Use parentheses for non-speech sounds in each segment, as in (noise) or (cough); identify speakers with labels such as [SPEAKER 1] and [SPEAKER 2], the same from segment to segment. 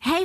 [SPEAKER 1] Hey,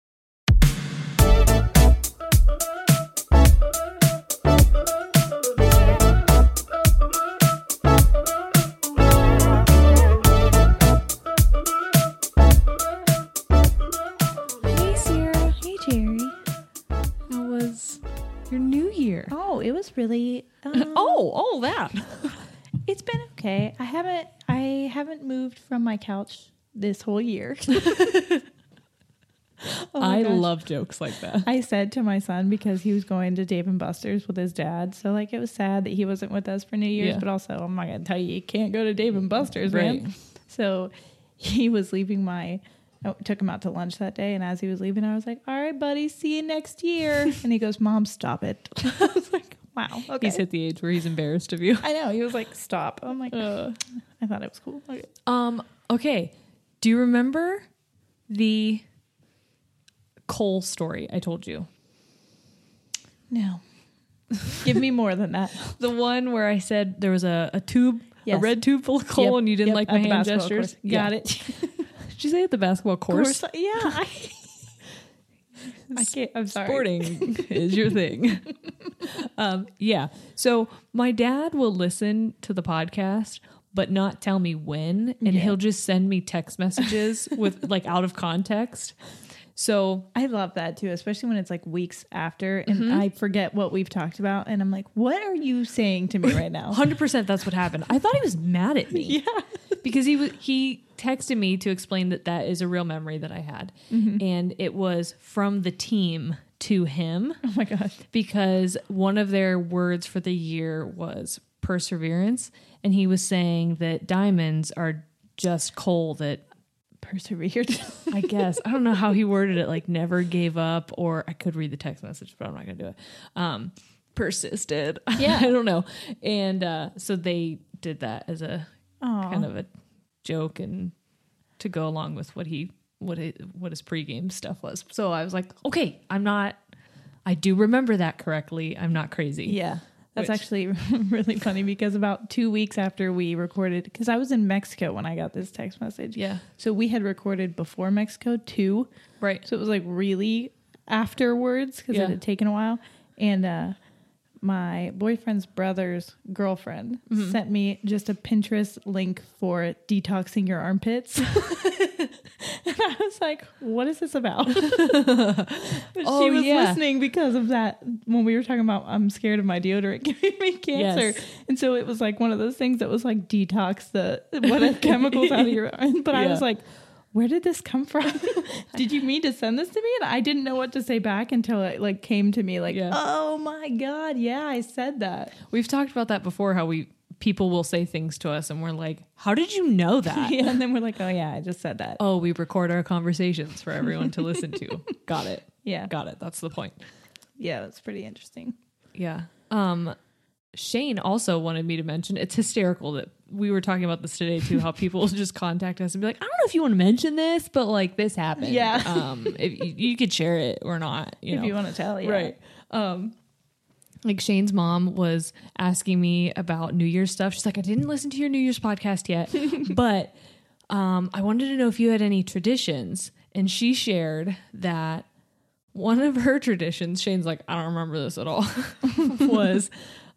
[SPEAKER 2] Hey Sierra. Hey Jerry. How was your new year?
[SPEAKER 3] Oh, it was really. Um,
[SPEAKER 2] Oh, oh that.
[SPEAKER 3] it's been okay. I haven't. I haven't moved from my couch this whole year. (laughs) Oh my
[SPEAKER 2] I
[SPEAKER 3] gosh.
[SPEAKER 2] love jokes like that.
[SPEAKER 3] I said to my son because he was going to Dave and Buster's with his dad, so like it was sad that he wasn't with us for New Year's.
[SPEAKER 2] Yeah.
[SPEAKER 3] But also, I'm not gonna tell you you can't go to Dave and Buster's,
[SPEAKER 2] Right.
[SPEAKER 3] man. So he was leaving my. I took him out to lunch that day, and as he was leaving, I was like, "All right, buddy, see you next year."
[SPEAKER 2] (laughs)
[SPEAKER 3] and he goes, "Mom, stop it." (laughs) I was like, "Wow, okay."
[SPEAKER 2] He's hit the age where he's embarrassed of you. Uh.
[SPEAKER 3] I know. He was like, stop. I'm like, I thought it was cool. Okay.
[SPEAKER 2] Um, okay. Do you remember the Cole story I told you?
[SPEAKER 3] No.
[SPEAKER 2] (laughs)
[SPEAKER 3] Give me more than that.
[SPEAKER 2] The one where I said there was a, a tube, a
[SPEAKER 3] Yes.
[SPEAKER 2] red tube full of coal,
[SPEAKER 3] Yep,
[SPEAKER 2] and you didn't
[SPEAKER 3] yep,
[SPEAKER 2] like
[SPEAKER 3] at
[SPEAKER 2] my
[SPEAKER 3] the
[SPEAKER 2] hand
[SPEAKER 3] basketball
[SPEAKER 2] gestures.
[SPEAKER 3] course. Got (laughs)
[SPEAKER 2] it. Did you say at the basketball course?
[SPEAKER 3] yeah.
[SPEAKER 2] (laughs)
[SPEAKER 3] I, I can't. I'm
[SPEAKER 2] (laughs)
[SPEAKER 3] sorry.
[SPEAKER 2] Sporting is your thing. um, yeah. So my dad will listen to the podcast, but not tell me when, and he'll just send me text messages with like out of context. So
[SPEAKER 3] I love that too, especially when it's like weeks after and
[SPEAKER 2] Mm-hmm.
[SPEAKER 3] I forget what we've talked about. And I'm like, what are you saying to me
[SPEAKER 2] (laughs)
[SPEAKER 3] right now?
[SPEAKER 2] Hundred percent. That's what happened. I thought he was mad at me.
[SPEAKER 3] (laughs)
[SPEAKER 2] Yeah, because he was he texted me to explain that that is a real memory that I had,
[SPEAKER 3] Mm-hmm.
[SPEAKER 2] and it was from the team to him
[SPEAKER 3] Oh my gosh.
[SPEAKER 2] because one of their words for the year was perseverance, and he was saying that diamonds are just coal that
[SPEAKER 3] Persevered.
[SPEAKER 2] I guess I don't know how he worded it. Like never gave up, or I could read the text message, but I'm not gonna do it. Um, persisted. (laughs) Yeah, I don't know. And uh, so they did that as a kind of a joke and to go along with what he what his, what his pregame stuff was. So I was like, okay, I'm not. I do remember that correctly. I'm not crazy.
[SPEAKER 3] Yeah. That's
[SPEAKER 2] Which-
[SPEAKER 3] actually (laughs) really funny because about two weeks after we recorded, because I was in Mexico when I got this text message.
[SPEAKER 2] Yeah.
[SPEAKER 3] So we had recorded before Mexico too.
[SPEAKER 2] Right.
[SPEAKER 3] So it was like really afterwards because
[SPEAKER 2] Yeah.
[SPEAKER 3] it had taken a while. And uh, my boyfriend's brother's girlfriend
[SPEAKER 2] Mm-hmm.
[SPEAKER 3] sent me just a Pinterest link for detoxing your armpits. (laughs) and I was like, what is this about? But
[SPEAKER 2] Oh,
[SPEAKER 3] she was
[SPEAKER 2] yeah.
[SPEAKER 3] listening because of that when we were talking about I'm scared of my deodorant (laughs) giving me cancer.
[SPEAKER 2] Yes.
[SPEAKER 3] And so it was like one of those things that was like detox the
[SPEAKER 2] (laughs)
[SPEAKER 3] what if chemicals out of your (laughs) but I
[SPEAKER 2] Yeah.
[SPEAKER 3] was like where did this come from?
[SPEAKER 2] (laughs)
[SPEAKER 3] (laughs) did you mean to send this to me? And I didn't know what to say back until it like came to me like,
[SPEAKER 2] Yeah.
[SPEAKER 3] "Oh my god, yeah, I said that."
[SPEAKER 2] We've talked about that before. How we people will say things to us and we're like, how did you know that?
[SPEAKER 3] Yeah, (laughs) and then we're like, oh yeah, I just said that.
[SPEAKER 2] Oh, we record our conversations for everyone to listen
[SPEAKER 3] (laughs)
[SPEAKER 2] to. Got it.
[SPEAKER 3] Yeah.
[SPEAKER 2] Got it. That's the point.
[SPEAKER 3] Yeah, that's pretty interesting.
[SPEAKER 2] Yeah. Um Shane also wanted me to mention it's hysterical that we were talking about this today too, how people (laughs) will just contact us and be like, I don't know if you want to mention this, but like this happened.
[SPEAKER 3] Yeah.
[SPEAKER 2] Um if you, you could share it or not, you know.
[SPEAKER 3] If you want to tell, yeah.
[SPEAKER 2] Right. Um like Shane's mom was asking me about New Year's stuff. She's like, I didn't listen to your New Year's podcast
[SPEAKER 3] (laughs)
[SPEAKER 2] yet, but um, I wanted to know if you had any traditions. And she shared that one of her traditions, Shane's like, I don't remember this at all, (laughs) was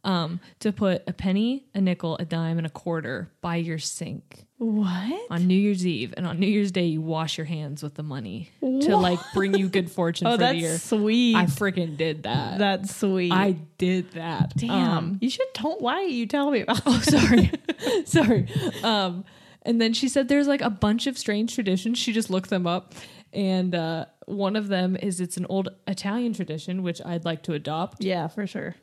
[SPEAKER 2] um, to put a penny, a nickel, a dime, and a quarter by your sink
[SPEAKER 3] What?
[SPEAKER 2] on New Year's Eve. And on New Year's Day, you wash your hands with the money to like bring you good fortune
[SPEAKER 3] Oh,
[SPEAKER 2] for the year.
[SPEAKER 3] that's sweet.
[SPEAKER 2] I freaking did that.
[SPEAKER 3] that's sweet.
[SPEAKER 2] I did that.
[SPEAKER 3] Damn. you should don't why you tell me about
[SPEAKER 2] Oh, (laughs) sorry. (laughs) sorry. Um, and then she said there's like a bunch of strange traditions. She just looked them up. And uh, one of them is it's an old Italian tradition, which I'd like to adopt,
[SPEAKER 3] (laughs) Yeah, for sure.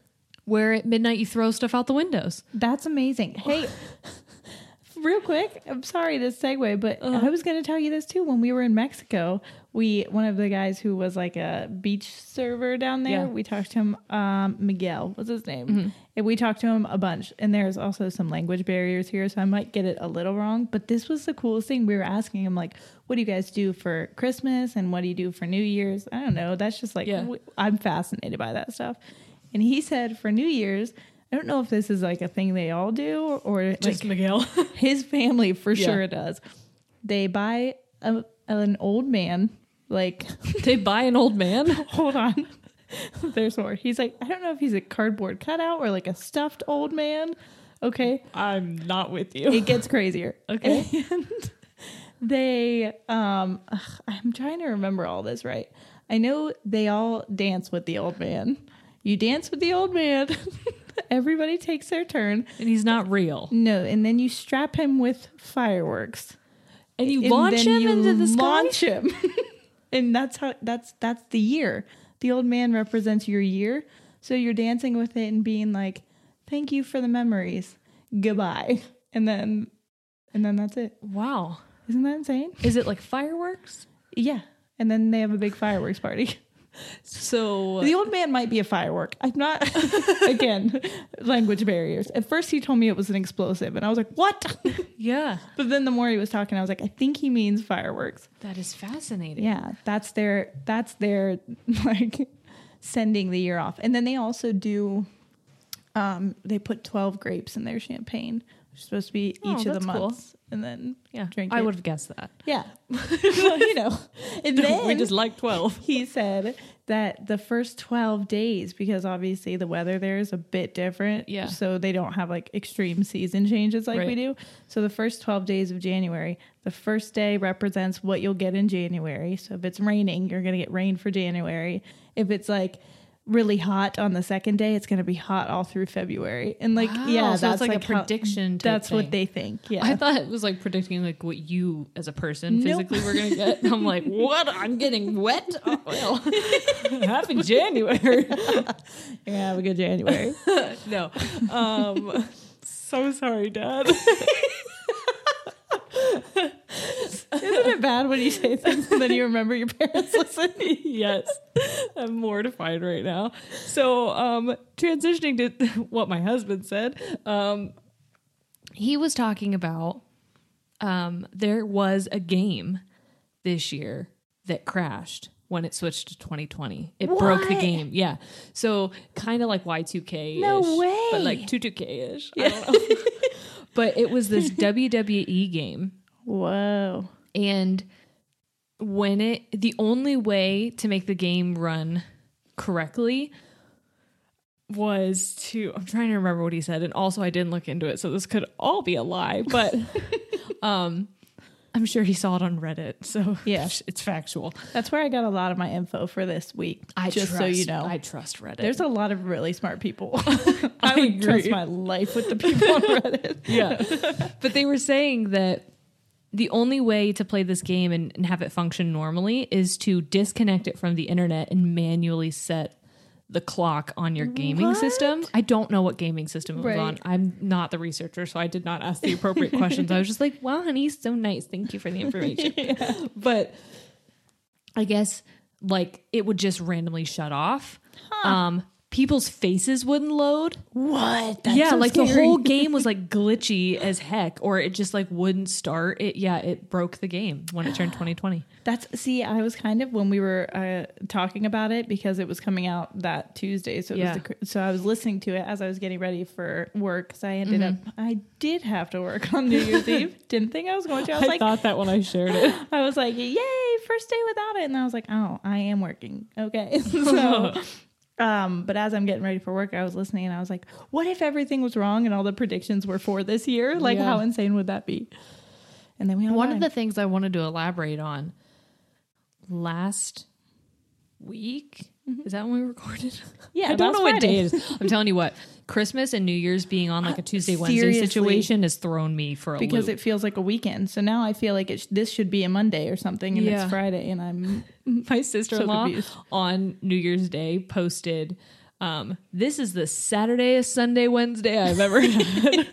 [SPEAKER 2] where at midnight you throw stuff out the windows.
[SPEAKER 3] That's amazing. Hey, (laughs) real quick, I'm sorry this segue, but I was going to tell you this too. When we were in Mexico, we one of the guys who was like a beach server down there,
[SPEAKER 2] Yeah.
[SPEAKER 3] we talked to him. Um, Miguel was his name, and we talked to him a bunch. And there's also some language barriers here, so I might get it a little wrong. But this was the coolest thing. We were asking him like, "What do you guys do for Christmas? And what do you do for New Year's?" I don't know. That's just like
[SPEAKER 2] Yeah.
[SPEAKER 3] w- I'm fascinated by that stuff. And he said for New Year's, I don't know if this is like a thing they all do or, or like
[SPEAKER 2] Miguel.
[SPEAKER 3] (laughs) his family for
[SPEAKER 2] Yeah.
[SPEAKER 3] sure does. They buy a, an old man, like, (laughs)
[SPEAKER 2] (laughs) they buy an old man.
[SPEAKER 3] hold on. (laughs) There's more. He's like, I don't know if he's a cardboard cutout or like a stuffed old man. Okay.
[SPEAKER 2] (laughs) I'm not with you.
[SPEAKER 3] It gets crazier.
[SPEAKER 2] (laughs) Okay.
[SPEAKER 3] (laughs) And they, um, ugh, I'm trying to remember all this right. I know they all dance with the old man. You dance with the old man. (laughs) Everybody takes their turn.
[SPEAKER 2] And he's not real.
[SPEAKER 3] No, and then you strap him with fireworks.
[SPEAKER 2] And you
[SPEAKER 3] And
[SPEAKER 2] launch
[SPEAKER 3] then
[SPEAKER 2] him
[SPEAKER 3] you
[SPEAKER 2] into the sky.
[SPEAKER 3] Launch him, (laughs) and that's how that's that's the year. The old man represents your year, so you're dancing with it and being like, "Thank you for the memories. Goodbye." And then, and then that's it.
[SPEAKER 2] Wow.
[SPEAKER 3] Isn't that insane?
[SPEAKER 2] Is it like fireworks?
[SPEAKER 3] Yeah. And then they have a big fireworks party. (laughs)
[SPEAKER 2] (laughs) So
[SPEAKER 3] The old man might be a firework. I'm not. (laughs) again, language barriers. At first, he told me it was an explosive, and I was like, "What?"
[SPEAKER 2] yeah,
[SPEAKER 3] But then the more he was talking, I was like, I think he means fireworks.
[SPEAKER 2] that is fascinating.
[SPEAKER 3] Yeah, that's their that's their (laughs) like sending the year off. And then they also do um they put 12 grapes in their champaign, which is supposed to be
[SPEAKER 2] Oh,
[SPEAKER 3] each of the
[SPEAKER 2] that's cool.
[SPEAKER 3] months and then
[SPEAKER 2] Yeah.
[SPEAKER 3] drink
[SPEAKER 2] I
[SPEAKER 3] it.
[SPEAKER 2] would have guessed that.
[SPEAKER 3] (laughs) Yeah. Well, you know. (laughs) And
[SPEAKER 2] (laughs)
[SPEAKER 3] then
[SPEAKER 2] we just like 12.
[SPEAKER 3] (laughs) he said that the first 12 days because obviously the weather there is a bit different
[SPEAKER 2] Yeah.
[SPEAKER 3] so they don't have like extreme season changes like we
[SPEAKER 2] Right.
[SPEAKER 3] do so the first 12 days of january the first day represents what you'll get in january so if it's raining you're going to get rain for january if it's like really hot on the second day it's going to be hot all through february and like
[SPEAKER 2] Wow,
[SPEAKER 3] yeah
[SPEAKER 2] so it's
[SPEAKER 3] that's
[SPEAKER 2] like a
[SPEAKER 3] how-
[SPEAKER 2] prediction type
[SPEAKER 3] that's what
[SPEAKER 2] thing.
[SPEAKER 3] they think yeah
[SPEAKER 2] I thought it was like predicting like what you as a person
[SPEAKER 3] Nope.
[SPEAKER 2] physically were gonna get. I'm (laughs) like, what? I'm getting wet. Oh, well, (laughs) happy January.
[SPEAKER 3] yeah have a good january (laughs)
[SPEAKER 2] no, um, so sorry, Dad.
[SPEAKER 3] isn't it bad when you say things and then you remember your (laughs) parents listen
[SPEAKER 2] (laughs) yes, I'm mortified right now. So, um, transitioning to (laughs) what my husband said, um, he was talking about um, there was a game this year that crashed when it switched to 2020. It broke the game. Yeah. So, kind of like Y2K. -ish,
[SPEAKER 3] No
[SPEAKER 2] But like 22K ish. I don't know. but it was this WWE game
[SPEAKER 3] whoa
[SPEAKER 2] and when it the only way to make the game run correctly was to I'm trying to remember what he said and also I didn't look into it so this could all be a lie (laughs) but um I'm sure he saw it on Reddit so
[SPEAKER 3] Yeah.
[SPEAKER 2] (laughs) it's factual
[SPEAKER 3] That's where I got a lot of my info for this week. just so you know,
[SPEAKER 2] I trust Reddit
[SPEAKER 3] there's a lot of really
[SPEAKER 2] (laughs)
[SPEAKER 3] smart people. (laughs) I would trust
[SPEAKER 2] agree.
[SPEAKER 3] my life with the people on Reddit.
[SPEAKER 2] (laughs) yeah. (laughs) But they were saying that the only way to play this game and, and have it function normally is to disconnect it from the internet and manually set the clock on your gaming system. I don't know what gaming system it was on. I'm not the researcher, so I did not ask the appropriate questions. I was just like, "Wow, honey, so nice. Thank you for the (laughs) information." But I guess like it would just randomly shut off. Um, people's faces wouldn't load.
[SPEAKER 3] What?
[SPEAKER 2] yeah, like the whole game (laughs) was like glitchy as heck, or it just like wouldn't start. It yeah, it broke the game when it turned 2020.
[SPEAKER 3] That's see, I was kind of when we were uh, talking about it because it was coming out that Tuesday, so it
[SPEAKER 2] Yeah.
[SPEAKER 3] was the, cr- so I was listening to it as I was getting ready for work because I ended
[SPEAKER 2] Mm-hmm.
[SPEAKER 3] up I did have to work (laughs) on New Year's Eve. Didn't think I was going to. I was like,
[SPEAKER 2] that when (laughs) I shared it.
[SPEAKER 3] I was like, yay, first day without it, and I was like, oh, I am working.
[SPEAKER 2] (laughs)
[SPEAKER 3] Okay, (laughs) so. Um, but as I'm getting ready for work, I was listening and I was like, what if everything was wrong and all the predictions were for this year? (laughs) Like,
[SPEAKER 2] Yeah.
[SPEAKER 3] how insane would that be? And then we all
[SPEAKER 2] One of
[SPEAKER 3] died.
[SPEAKER 2] the things I wanted to elaborate on last week is that when we (laughs) recorded?
[SPEAKER 3] Yeah,
[SPEAKER 2] I Mm-hmm. don't
[SPEAKER 3] last
[SPEAKER 2] know what
[SPEAKER 3] Friday.
[SPEAKER 2] day it is. Uh, I'm telling you what, Christmas and New Year's being on like a Tuesday Wednesday
[SPEAKER 3] Seriously.
[SPEAKER 2] situation has thrown me for a
[SPEAKER 3] because
[SPEAKER 2] loop.
[SPEAKER 3] it feels like a weekend. So now I feel like it sh- this should be a Monday or something, and
[SPEAKER 2] Yeah.
[SPEAKER 3] it's Friday,
[SPEAKER 2] (laughs)
[SPEAKER 3] and I'm
[SPEAKER 2] my sister-in-law
[SPEAKER 3] confused.
[SPEAKER 2] on New Year's Day posted um, this is the Saturday, Sunday, Wednesday I've (laughs) ever had.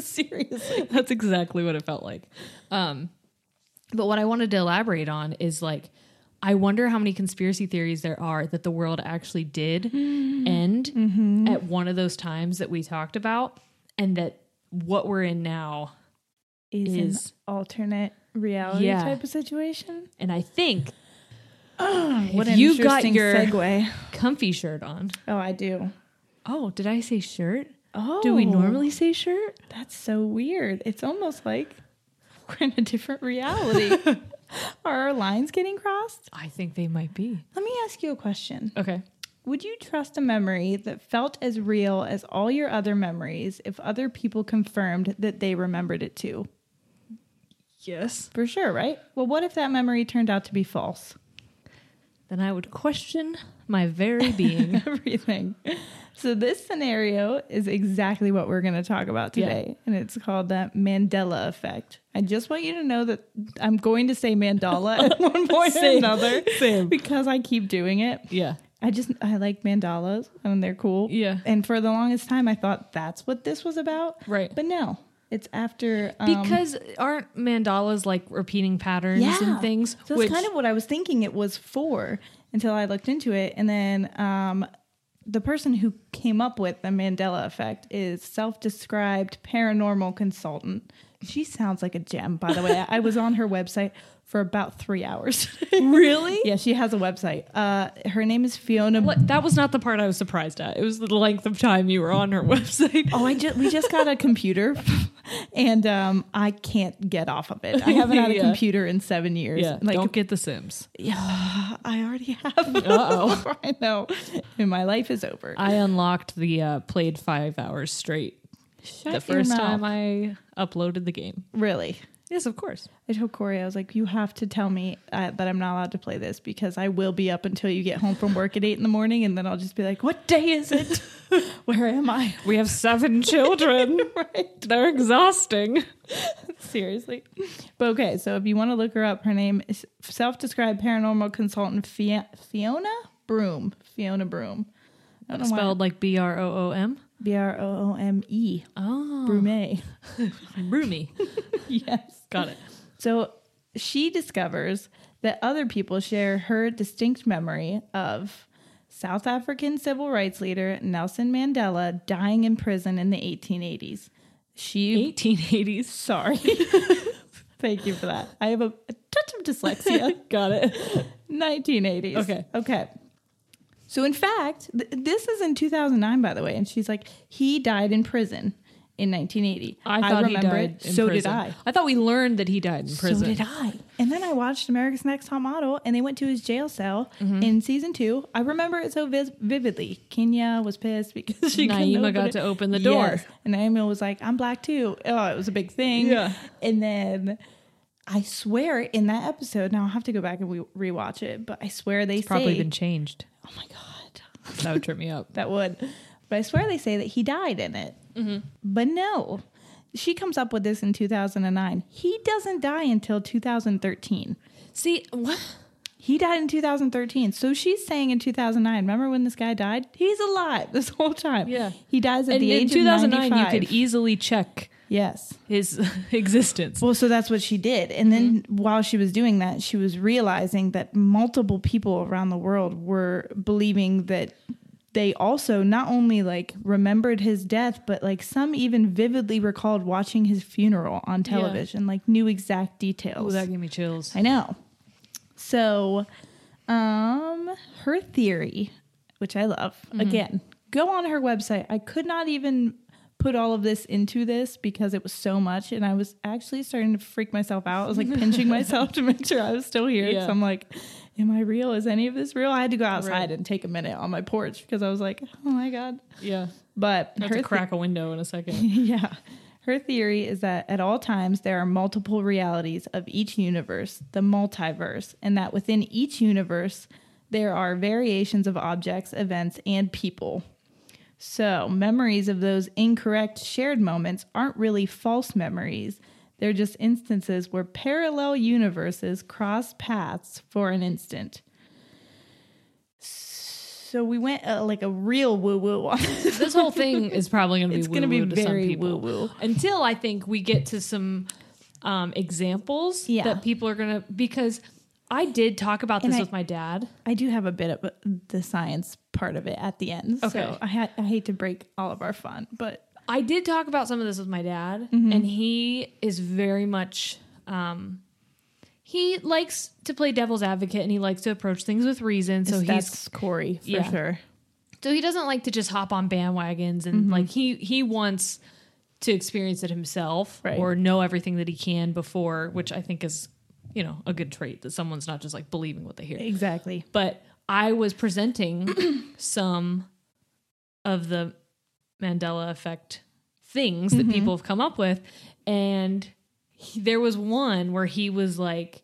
[SPEAKER 2] Seriously. That's exactly what it felt like. Um, but what I wanted to elaborate on is like, (laughs) I wonder how many conspiracy theories there are that the world actually did end at one of those times that we talked about, and that what we're in now
[SPEAKER 3] is,
[SPEAKER 2] Is.
[SPEAKER 3] an alternate reality
[SPEAKER 2] Yeah.
[SPEAKER 3] type of situation.
[SPEAKER 2] And I (gasps) think
[SPEAKER 3] What
[SPEAKER 2] an you got interesting your-
[SPEAKER 3] segue.
[SPEAKER 2] comfy shirt on.
[SPEAKER 3] Oh, I do.
[SPEAKER 2] Oh, did I say shirt?
[SPEAKER 3] Oh,
[SPEAKER 2] Do we normally say shirt?
[SPEAKER 3] That's so weird. It's almost like (laughs) we're in a different reality. Are our lines getting crossed?
[SPEAKER 2] I think they might be.
[SPEAKER 3] Let me ask you a question.
[SPEAKER 2] Okay.
[SPEAKER 3] Would you trust a memory that felt as real as all your other memories if other people confirmed that they remembered it too?
[SPEAKER 2] Yes.
[SPEAKER 3] For sure, right? Well, what if that memory turned out to be false?
[SPEAKER 2] Then I would question my very (laughs) being.
[SPEAKER 3] (laughs) Everything. So, this scenario is exactly what we're going to talk about
[SPEAKER 2] Yeah.
[SPEAKER 3] today. And it's called the Mandela effect. I just want you to know that I'm going to say
[SPEAKER 2] (laughs)
[SPEAKER 3] mandala at one point or another
[SPEAKER 2] Same.
[SPEAKER 3] because I keep doing it.
[SPEAKER 2] yeah.
[SPEAKER 3] I just, I like mandalas and they're cool.
[SPEAKER 2] Yeah.
[SPEAKER 3] And for the longest time, I thought that's what this was about.
[SPEAKER 2] Right.
[SPEAKER 3] But no, it's after. Um,
[SPEAKER 2] Because aren't mandalas like repeating patterns and things?
[SPEAKER 3] So that's kind of what I was thinking it was for until I looked into it. And then um, the person who came up with the Mandela effect is self described paranormal consultant. She sounds like a gem, by the way. I- I was on her website for about three hours. (laughs)
[SPEAKER 2] really.
[SPEAKER 3] yeah, she has a website. Uh, her name is Fiona.
[SPEAKER 2] What- That was not the part I was surprised at. It was the length of time you were on her (laughs) website.
[SPEAKER 3] Oh, I just we just got a computer, (laughs) and um, I can't get off of it. I haven't had
[SPEAKER 2] (laughs)
[SPEAKER 3] a
[SPEAKER 2] Yeah.
[SPEAKER 3] computer in seven years.
[SPEAKER 2] yeah.
[SPEAKER 3] like
[SPEAKER 2] don't get the (laughs) Sims.
[SPEAKER 3] I already have. oh, (laughs) I know. And my life is over.
[SPEAKER 2] I unlocked the uh, played five hours straight
[SPEAKER 3] Shut
[SPEAKER 2] the first time I uploaded the game.
[SPEAKER 3] really.
[SPEAKER 2] Yes, of course.
[SPEAKER 3] I told Corey, I was like, you have to tell me uh, that I'm not allowed to play this because I will be up until you get home from work at eight in the morning, and then I'll just be like, what day
[SPEAKER 2] (laughs)
[SPEAKER 3] is it? Where am I?
[SPEAKER 2] We have (laughs) seven children. right. They're exhausting.
[SPEAKER 3] Seriously. But okay, so if you want to look her up, her name is self described paranormal consultant Fia- Fiona Broom. Fiona Broom. I don't know why-
[SPEAKER 2] Spelled like B R O O M.
[SPEAKER 3] B R O O M E.
[SPEAKER 2] Oh.
[SPEAKER 3] Brume.
[SPEAKER 2] Broomy.
[SPEAKER 3] Yes.
[SPEAKER 2] Got it.
[SPEAKER 3] So she discovers that other people share her distinct memory of South African civil rights leader Nelson Mandela dying in prison in the 1880s. She
[SPEAKER 2] 1880s.
[SPEAKER 3] sorry. (laughs) Thank you for that. I have a, a touch of
[SPEAKER 2] (laughs)
[SPEAKER 3] dyslexia.
[SPEAKER 2] Got it.
[SPEAKER 3] 1980s.
[SPEAKER 2] Okay.
[SPEAKER 3] Okay. So, in fact, th- this is in 2009, by the way. And she's like, he died in prison in 1980.
[SPEAKER 2] I thought he died.
[SPEAKER 3] it.
[SPEAKER 2] in
[SPEAKER 3] so
[SPEAKER 2] prison.
[SPEAKER 3] did I.
[SPEAKER 2] I thought we learned that he died in prison.
[SPEAKER 3] So did I. And then I watched America's Next Top Model, and they went to his jail cell
[SPEAKER 2] Mm-hmm.
[SPEAKER 3] in season two. I remember it so vis- vividly. Kenya was pissed because she couldn't
[SPEAKER 2] Naima
[SPEAKER 3] open
[SPEAKER 2] got
[SPEAKER 3] it.
[SPEAKER 2] to open the door.
[SPEAKER 3] Yes. and Naima was like, "I'm black too." Oh, it was a big thing.
[SPEAKER 2] Yeah.
[SPEAKER 3] And then I swear in that episode, now I'll have to go back and we- rewatch it, but I swear they say
[SPEAKER 2] Probably been changed.
[SPEAKER 3] oh my god,
[SPEAKER 2] (laughs) That would trip me
[SPEAKER 4] (laughs)
[SPEAKER 2] up.
[SPEAKER 3] that would. But I swear they say that he died in it.
[SPEAKER 2] Mm-hmm.
[SPEAKER 3] But no, she comes up with this in 2009. He doesn't die until 2013.
[SPEAKER 2] See, what?
[SPEAKER 4] He died in 2013. So she's saying in 2009, remember when this guy died? He's alive (laughs) this whole time.
[SPEAKER 2] Yeah.
[SPEAKER 4] He dies at
[SPEAKER 2] And
[SPEAKER 4] the
[SPEAKER 2] in
[SPEAKER 4] age of
[SPEAKER 2] 2009,
[SPEAKER 4] 95.
[SPEAKER 2] you could e- easily check
[SPEAKER 4] yes.
[SPEAKER 2] his (laughs) existence.
[SPEAKER 4] Well, so that's what she did. And then
[SPEAKER 2] Mm-hmm.
[SPEAKER 4] while she was doing that, she was realizing that multiple people around the world were believing that they also not only like remembered his death, but like some even vividly recalled watching his funeral on television, like knew exact
[SPEAKER 2] Oh,
[SPEAKER 4] details.
[SPEAKER 2] that gave me chills.
[SPEAKER 4] I know. So, um, her theory, which I love,
[SPEAKER 2] Mm-hmm.
[SPEAKER 4] again, go on her website. I could not even put all of this into this because it was so much, and I was actually starting to freak myself out. I was like
[SPEAKER 2] (laughs)
[SPEAKER 4] pinching myself to make sure I was still here.
[SPEAKER 2] Yeah.
[SPEAKER 4] So I'm like, "Am I real? Is any of this real?" I had to go outside
[SPEAKER 2] Right.
[SPEAKER 4] and take a minute on my porch because I was like, "Oh my god!"
[SPEAKER 2] Yeah.
[SPEAKER 4] But
[SPEAKER 2] I have
[SPEAKER 4] her
[SPEAKER 2] to
[SPEAKER 4] thi-
[SPEAKER 2] crack a window in a second.
[SPEAKER 4] (laughs) yeah. Her theory is that at all times there are multiple realities of each universe, the multiverse, and that within each universe there are variations of objects, events, and people. So, memories of those incorrect shared moments aren't really false memories. They're just instances where parallel universes cross paths for an instant. So, we went uh, like a real woo (laughs) woo on this.
[SPEAKER 2] (laughs) this whole thing is probably going to be
[SPEAKER 4] It's
[SPEAKER 2] woo
[SPEAKER 4] gonna be
[SPEAKER 2] woo to some
[SPEAKER 4] very
[SPEAKER 2] people.
[SPEAKER 4] woo-woo.
[SPEAKER 2] Until I think we get to some um, examples
[SPEAKER 4] Yeah.
[SPEAKER 2] that people are going to because I did talk about
[SPEAKER 4] And
[SPEAKER 2] this
[SPEAKER 4] I-
[SPEAKER 2] with my dad.
[SPEAKER 4] I do have a bit of uh, the science part of it at the end.
[SPEAKER 2] Okay.
[SPEAKER 4] So I, ha- I hate to break all of our fun, but
[SPEAKER 2] I did talk about some of this with my dad, and he is very much. Um, he likes to play devil's advocate, and he likes to approach things with reason. So he's
[SPEAKER 4] that's Corey for
[SPEAKER 2] yeah.
[SPEAKER 4] sure.
[SPEAKER 2] so he doesn't like to just hop on bandwagons and like he he wants to experience it himself
[SPEAKER 4] Right.
[SPEAKER 2] or know everything that he can before which i think is you know a good trait that someone's not just like believing what they hear
[SPEAKER 4] Exactly.
[SPEAKER 2] but i was presenting some of the mandela effect things that people have come up with and he, there was one where he was like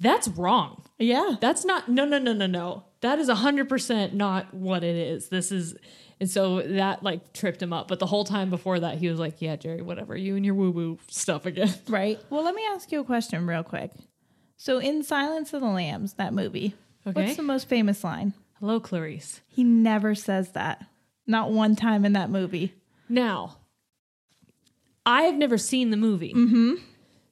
[SPEAKER 2] that's wrong
[SPEAKER 4] Yeah.
[SPEAKER 2] that's not no no no no no that is 100% not what it is this is and so that like tripped him up but the whole time before that he was like yeah jerry whatever you and your woo woo stuff again (laughs)
[SPEAKER 4] Right. Well, let me ask you a question real quick. So in Silence of the Lambs, that movie,
[SPEAKER 2] Okay.
[SPEAKER 4] what's the most famous line?
[SPEAKER 2] hello clarice
[SPEAKER 4] He never says that. Not one time in that movie.
[SPEAKER 2] now i have never seen the movie
[SPEAKER 4] Mm-hmm.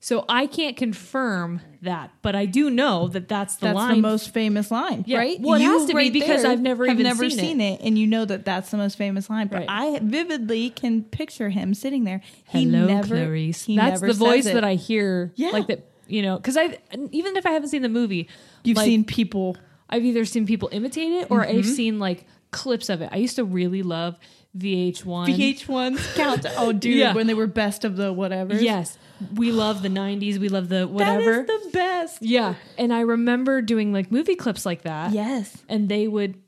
[SPEAKER 2] so i can't confirm that but i do know that that's the
[SPEAKER 4] That's
[SPEAKER 2] line
[SPEAKER 4] the most famous line,
[SPEAKER 2] Yeah.
[SPEAKER 4] right?
[SPEAKER 2] Well, it has to be because
[SPEAKER 4] there
[SPEAKER 2] I've never
[SPEAKER 4] have
[SPEAKER 2] even
[SPEAKER 4] never
[SPEAKER 2] seen it.
[SPEAKER 4] seen it. and you know that that's the most famous line. But
[SPEAKER 2] Right.
[SPEAKER 4] I vividly can picture him sitting there. He
[SPEAKER 2] hello
[SPEAKER 4] never,
[SPEAKER 2] clarice
[SPEAKER 4] he
[SPEAKER 2] that's
[SPEAKER 4] never
[SPEAKER 2] the
[SPEAKER 4] says
[SPEAKER 2] voice
[SPEAKER 4] it.
[SPEAKER 2] that i hear
[SPEAKER 4] Yeah.
[SPEAKER 2] like that you know because i even if i haven't seen the movie
[SPEAKER 4] You've
[SPEAKER 2] like,
[SPEAKER 4] seen
[SPEAKER 2] (laughs)
[SPEAKER 4] people.
[SPEAKER 2] I've either seen people imitate it or
[SPEAKER 4] Mm-hmm.
[SPEAKER 2] I've seen like clips of it. I used to really love VH1.
[SPEAKER 4] VH1's count. Oh, dude,
[SPEAKER 2] (laughs) Yeah.
[SPEAKER 4] when they were best of the whatever.
[SPEAKER 2] Yes. We love the 90s. We love the
[SPEAKER 4] that is
[SPEAKER 2] whatever.
[SPEAKER 4] the best.
[SPEAKER 2] yeah. And I remember doing like movie clips like that.
[SPEAKER 4] Yes.
[SPEAKER 2] And they would,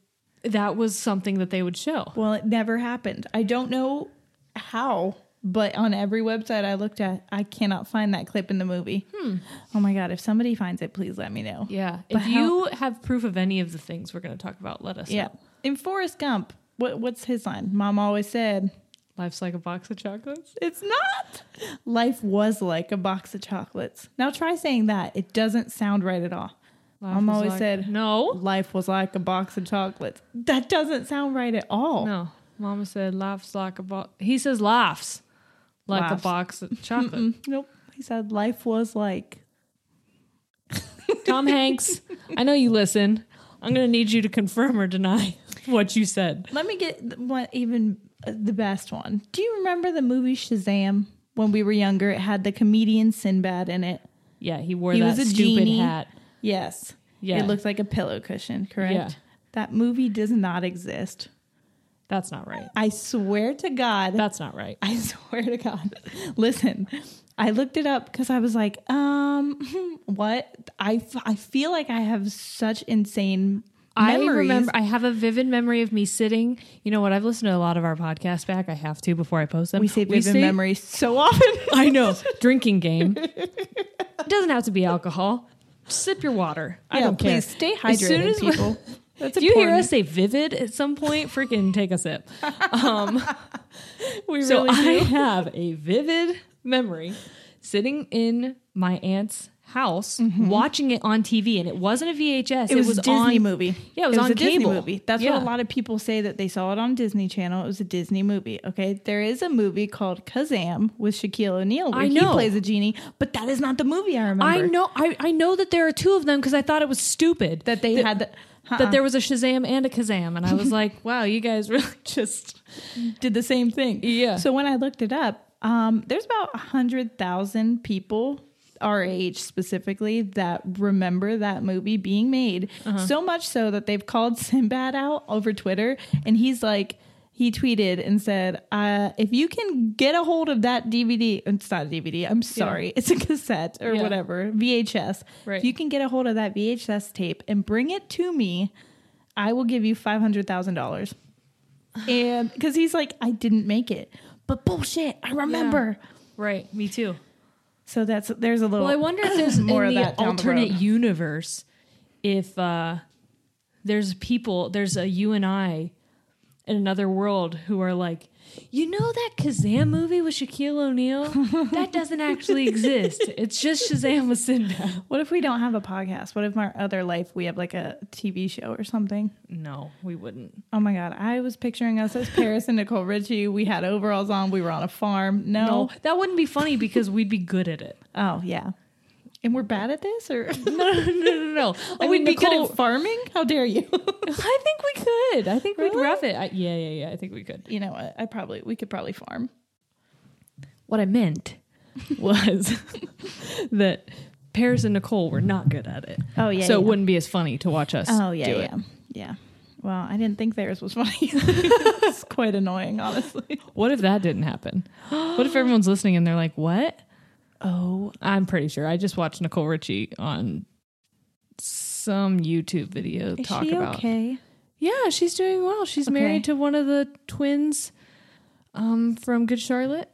[SPEAKER 2] that was something that they would show.
[SPEAKER 4] Well, it never happened. I don't know how, but on every website I looked at, I cannot find that clip in the movie. Oh my god! If somebody finds it, please let me know.
[SPEAKER 2] Yeah.
[SPEAKER 4] But
[SPEAKER 2] if you have proof of any of the things we're going to talk about, let us
[SPEAKER 4] Yeah.
[SPEAKER 2] know.
[SPEAKER 4] In Forrest Gump, what what's his line? Mom always said,
[SPEAKER 2] Life's like a box of chocolates.
[SPEAKER 4] "It's not." Life was like a box of chocolates. Now try saying that. It doesn't sound right at all.
[SPEAKER 2] Life
[SPEAKER 4] Mom
[SPEAKER 2] is
[SPEAKER 4] always
[SPEAKER 2] like-
[SPEAKER 4] said,
[SPEAKER 2] no.
[SPEAKER 4] Life was like a box of chocolates. That doesn't sound right at all.
[SPEAKER 2] No. Mama said, life's like a box. He says, laughs like a
[SPEAKER 4] Laughs.
[SPEAKER 2] box of chocolate.
[SPEAKER 4] Nope. He said life was like.
[SPEAKER 2] Tom Hanks, I know you listen. I'm going to need you to confirm or deny (laughs) what you said.
[SPEAKER 4] Let me get th- one even uh, the best one. Do you remember the movie Shazam? When we were younger, it had the comedian Sinbad in it.
[SPEAKER 2] Yeah, he wore
[SPEAKER 4] He
[SPEAKER 2] that
[SPEAKER 4] was a
[SPEAKER 2] stupid
[SPEAKER 4] genie.
[SPEAKER 2] hat.
[SPEAKER 4] Yes.
[SPEAKER 2] Yeah.
[SPEAKER 4] It looks like a pillow cushion, correct?
[SPEAKER 2] Yeah.
[SPEAKER 4] That movie does not exist.
[SPEAKER 2] That's not right.
[SPEAKER 4] I swear to God. (laughs)
[SPEAKER 2] That's not right.
[SPEAKER 4] I swear to God. Listen, I looked it up because I was like, um, (laughs) what? I, f- I feel like I have such insane memories.
[SPEAKER 2] I remember I have a vivid memory of me sitting. You know what? I've listened to a lot of our podcasts back. I have to before I post them.
[SPEAKER 4] we say vivid memories so often.
[SPEAKER 2] (laughs) I know. Drinking (laughs) game. It doesn't have to be alcohol. Sip your water. I
[SPEAKER 4] Yeah,
[SPEAKER 2] don't care.
[SPEAKER 4] please stay
[SPEAKER 2] As soon
[SPEAKER 4] hydrated,
[SPEAKER 2] as
[SPEAKER 4] (laughs)
[SPEAKER 2] we-
[SPEAKER 4] people. That's
[SPEAKER 2] if you hear
[SPEAKER 4] important.
[SPEAKER 2] us say vivid at some point, freaking take a sip. Um,
[SPEAKER 4] (laughs) We
[SPEAKER 2] So
[SPEAKER 4] really
[SPEAKER 2] I
[SPEAKER 4] do.
[SPEAKER 2] have a vivid memory sitting in my aunt's house watching it on TV, and it wasn't a VHS.
[SPEAKER 4] Mm-hmm. It was, a Disney
[SPEAKER 2] on,
[SPEAKER 4] movie.
[SPEAKER 2] Yeah, it was, on
[SPEAKER 4] a
[SPEAKER 2] cable.
[SPEAKER 4] Disney movie. That's
[SPEAKER 2] yeah.
[SPEAKER 4] what a lot of people say that they saw it on Disney Channel. It was a Disney movie. Okay, there is a movie called Kazam with Shaquille O'Neal where
[SPEAKER 2] I
[SPEAKER 4] he
[SPEAKER 2] know.
[SPEAKER 4] plays a genie, but that is not the movie I remember.
[SPEAKER 2] I know. I, I know that there are two of them because I thought it was stupid
[SPEAKER 4] that they had the,
[SPEAKER 2] that there was a Shazam and a Kazam, and I
[SPEAKER 4] (laughs)
[SPEAKER 2] was like, wow, you guys really (laughs) just
[SPEAKER 4] did the same thing.
[SPEAKER 2] Yeah.
[SPEAKER 4] So when I looked it up, um, there's about a hundred thousand people our age specifically that remember that movie being made.
[SPEAKER 2] Uh-huh.
[SPEAKER 4] So much so that they've called (laughs) Sinbad out over Twitter, and he's like. He tweeted and said, uh, "If you can get a hold of that DVD, it's not a DVD. I'm sorry, (laughs) it's a cassette or
[SPEAKER 2] Yeah.
[SPEAKER 4] whatever VHS.
[SPEAKER 2] Right.
[SPEAKER 4] If you can get a hold of that VHS tape and bring it to me, I will give you five hundred thousand dollars." and because he's like, I didn't make it, but bullshit, I remember.
[SPEAKER 2] right. Me too.
[SPEAKER 4] So that's there's a little.
[SPEAKER 2] Well, I wonder if
[SPEAKER 4] (clears throat)
[SPEAKER 2] there's
[SPEAKER 4] more
[SPEAKER 2] in
[SPEAKER 4] of
[SPEAKER 2] the
[SPEAKER 4] that down the
[SPEAKER 2] alternate
[SPEAKER 4] road.
[SPEAKER 2] universe if uh, there's people, there's a you and I in another world who are like, you know that Kazam movie with Shaquille O'Neal? That doesn't actually exist. It's just Shazam with Sinbad.
[SPEAKER 4] What if we don't have a podcast? What if in our other life we have like a TV show or something?
[SPEAKER 2] No, we wouldn't.
[SPEAKER 4] Oh my god, I was picturing us as Paris and Nicole Richie. We had overalls on. We were on a farm. No.
[SPEAKER 2] No, that wouldn't be funny because we'd be good at it.
[SPEAKER 4] Oh yeah. And we're bad at this, or
[SPEAKER 2] (laughs)
[SPEAKER 4] (laughs)
[SPEAKER 2] No, no, no, no, no.
[SPEAKER 4] I
[SPEAKER 2] we'd
[SPEAKER 4] mean, Oh,
[SPEAKER 2] be
[SPEAKER 4] we
[SPEAKER 2] good
[SPEAKER 4] couldn't farming. How dare you? (laughs)
[SPEAKER 2] (laughs) I think we could. I think we'd
[SPEAKER 4] Really?
[SPEAKER 2] rough it. I, yeah, yeah, yeah. I think we could.
[SPEAKER 4] you know what? I probably we could probably farm.
[SPEAKER 2] What
[SPEAKER 4] (laughs)
[SPEAKER 2] I meant was (laughs) that Paris and Nicole were not good at it.
[SPEAKER 4] Oh, yeah,
[SPEAKER 2] So it
[SPEAKER 4] yeah.
[SPEAKER 2] wouldn't be as funny to watch us.
[SPEAKER 4] Oh yeah,
[SPEAKER 2] do
[SPEAKER 4] yeah,
[SPEAKER 2] It.
[SPEAKER 4] yeah. Well, I didn't think theirs was funny. (laughs) it's quite annoying, honestly.
[SPEAKER 2] What if that
[SPEAKER 4] (gasps)
[SPEAKER 2] didn't happen? what if everyone's listening and they're like, "What?" Oh, I'm pretty sure. I just watched Nicole Richie on some YouTube video talk about.
[SPEAKER 4] okay?
[SPEAKER 2] Yeah, she's doing well. She's married to one of the twins um, from Good Charlotte.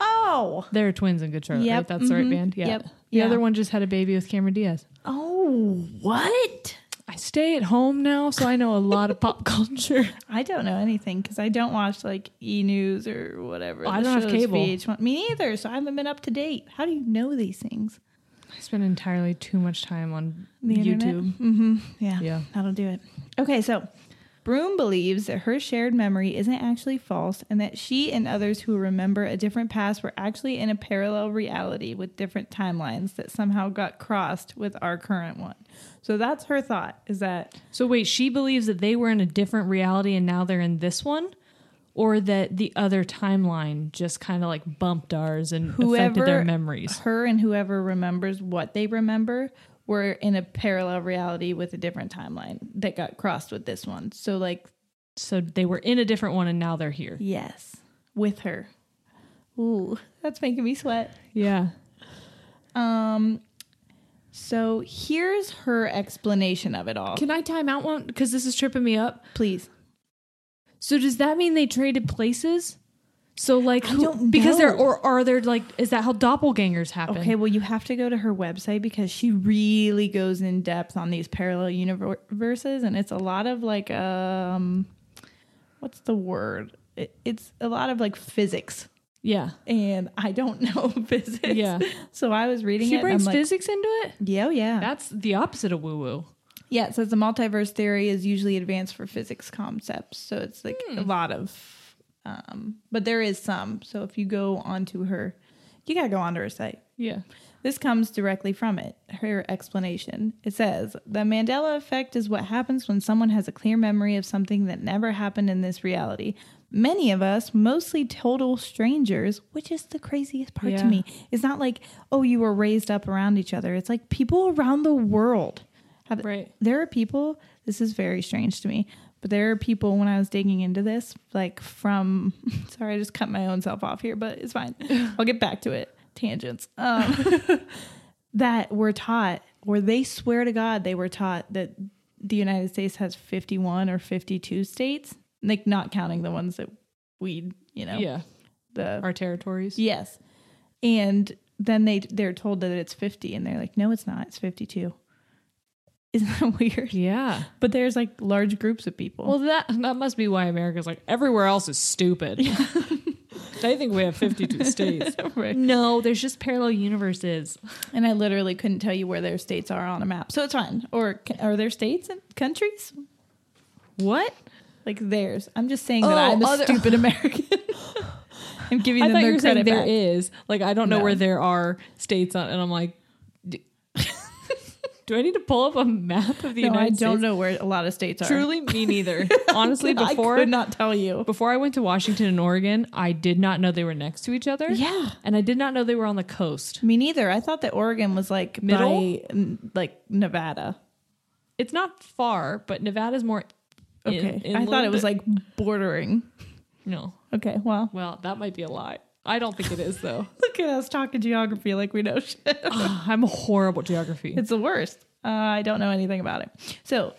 [SPEAKER 4] Oh,
[SPEAKER 2] They're twins in Good Charlotte.
[SPEAKER 4] Yep,
[SPEAKER 2] Right? That's the right band. Yeah.
[SPEAKER 4] mm-hmm. Yep,
[SPEAKER 2] The
[SPEAKER 4] yeah.
[SPEAKER 2] other one just had a baby with Cameron Diaz.
[SPEAKER 4] oh, what?
[SPEAKER 2] I stay at home now, so I know a lot of pop culture.
[SPEAKER 4] I don't know anything because I don't watch like E News or whatever.
[SPEAKER 2] Oh, I
[SPEAKER 4] the
[SPEAKER 2] don't have
[SPEAKER 4] shows,
[SPEAKER 2] cable.
[SPEAKER 4] VH1. Me neither, so I haven't been up to date. How do you know these things?
[SPEAKER 2] (laughs) I spend entirely too much time on
[SPEAKER 4] The internet?
[SPEAKER 2] YouTube.
[SPEAKER 4] Yeah,
[SPEAKER 2] Yeah.
[SPEAKER 4] that'll do it. Okay, so Broom believes that her shared memory isn't actually false and that she and others who remember a different past were actually in a parallel reality with different timelines that somehow got crossed with our current one. So that's her thought is that
[SPEAKER 2] So wait, she believes that they were in a different reality and now they're in this one, or that the other timeline just kind of like bumped ours and affected their memories.
[SPEAKER 4] Her and whoever remembers what they remember were in a parallel reality with a different timeline that got crossed with this one. So like
[SPEAKER 2] So they were in a different one and now they're here.
[SPEAKER 4] yes, with her. Ooh, that's making me sweat.
[SPEAKER 2] Yeah.
[SPEAKER 4] Um so here's her explanation of it all.
[SPEAKER 2] Can I time out one? Because this is tripping me up.
[SPEAKER 4] Please.
[SPEAKER 2] So does that mean they traded places? So like, who,
[SPEAKER 4] don't
[SPEAKER 2] because they're
[SPEAKER 4] know.
[SPEAKER 2] or are there like is that how doppelgangers happen?
[SPEAKER 4] Okay, well, you have to go to her website because she really goes in depth on these parallel universes, and it's a lot of like, um, what's the word? It, it's a lot of like physics,
[SPEAKER 2] Yeah.
[SPEAKER 4] and I don't (laughs) know physics.
[SPEAKER 2] Yeah.
[SPEAKER 4] So I was reading
[SPEAKER 2] She
[SPEAKER 4] it.
[SPEAKER 2] brings
[SPEAKER 4] and I'm like,
[SPEAKER 2] physics into it.
[SPEAKER 4] yeah, oh, yeah,
[SPEAKER 2] That's the opposite of woo woo.
[SPEAKER 4] yeah. So it's the multiverse theory is usually advanced for physics concepts. So it's like a
[SPEAKER 2] Hmm.
[SPEAKER 4] lot of, um, but there is some. So if you go onto her, you gotta go onto her site.
[SPEAKER 2] Yeah.
[SPEAKER 4] This comes directly from it, her explanation. It says The Mandela effect is what happens when someone has a clear memory of something that never happened in this reality. Many of us, mostly total strangers, which is the craziest part to
[SPEAKER 2] Yeah.
[SPEAKER 4] me. It's not like, oh, you were raised up around each other. It's like people around the world have.
[SPEAKER 2] Right.
[SPEAKER 4] There are people, this is very strange to me, but there are people when I was digging into this, like from, (laughs) sorry, I just cut my own self off here, but it's fine. I'll get back to it. Tangents. Um, (laughs) that were taught, or they swear to God, they were taught that the United States has 51 or 52 states, like not counting the ones that we, you know,
[SPEAKER 2] Yeah.
[SPEAKER 4] the
[SPEAKER 2] Our territories.
[SPEAKER 4] yes. And then they they're told that it's 50, and they're like, no, it's not. It's 52. Isn't that (laughs) weird?
[SPEAKER 2] Yeah.
[SPEAKER 4] But there's like large groups of people.
[SPEAKER 2] (laughs) Well, that that must be why America's like everywhere else is stupid. I think we have 52
[SPEAKER 4] (laughs)
[SPEAKER 2] states.
[SPEAKER 4] Right.
[SPEAKER 2] No, there's just parallel universes.
[SPEAKER 4] And I literally couldn't tell you where their states are on a map. So it's fine. Or c- are there states and countries?
[SPEAKER 2] What?
[SPEAKER 4] Like theirs. I'm just saying that
[SPEAKER 2] Oh,
[SPEAKER 4] I'm a
[SPEAKER 2] other- (laughs)
[SPEAKER 4] stupid American. I'm giving
[SPEAKER 2] I
[SPEAKER 4] them
[SPEAKER 2] thought you
[SPEAKER 4] their
[SPEAKER 2] were saying
[SPEAKER 4] credit
[SPEAKER 2] there
[SPEAKER 4] back.
[SPEAKER 2] is. Like, I don't know
[SPEAKER 4] No.
[SPEAKER 2] where there are states on, and I'm like, d- (laughs) do I need to pull up a map of the
[SPEAKER 4] No,
[SPEAKER 2] United
[SPEAKER 4] I don't
[SPEAKER 2] States?
[SPEAKER 4] know where a lot of states are. (laughs)
[SPEAKER 2] Truly, me neither. Honestly,
[SPEAKER 4] I
[SPEAKER 2] before
[SPEAKER 4] could not tell you.
[SPEAKER 2] before I went to Washington and Oregon, I did not know they were next to each other.
[SPEAKER 4] Yeah.
[SPEAKER 2] and I did not know they were on the coast.
[SPEAKER 4] Me neither. I thought that Oregon was like
[SPEAKER 2] Middle?
[SPEAKER 4] by, n- like Nevada.
[SPEAKER 2] It's not far, but Nevada's more. in-
[SPEAKER 4] Okay, I
[SPEAKER 2] inland.
[SPEAKER 4] thought it was like bordering.
[SPEAKER 2] no.
[SPEAKER 4] Okay, well, (laughs)
[SPEAKER 2] Well, that might be a lie. I don't think it is (laughs) though.
[SPEAKER 4] look at us talking geography like we know shit.
[SPEAKER 2] Ah, I'm horrible at geography.
[SPEAKER 4] It's the worst. Uh, I don't know anything about it. So,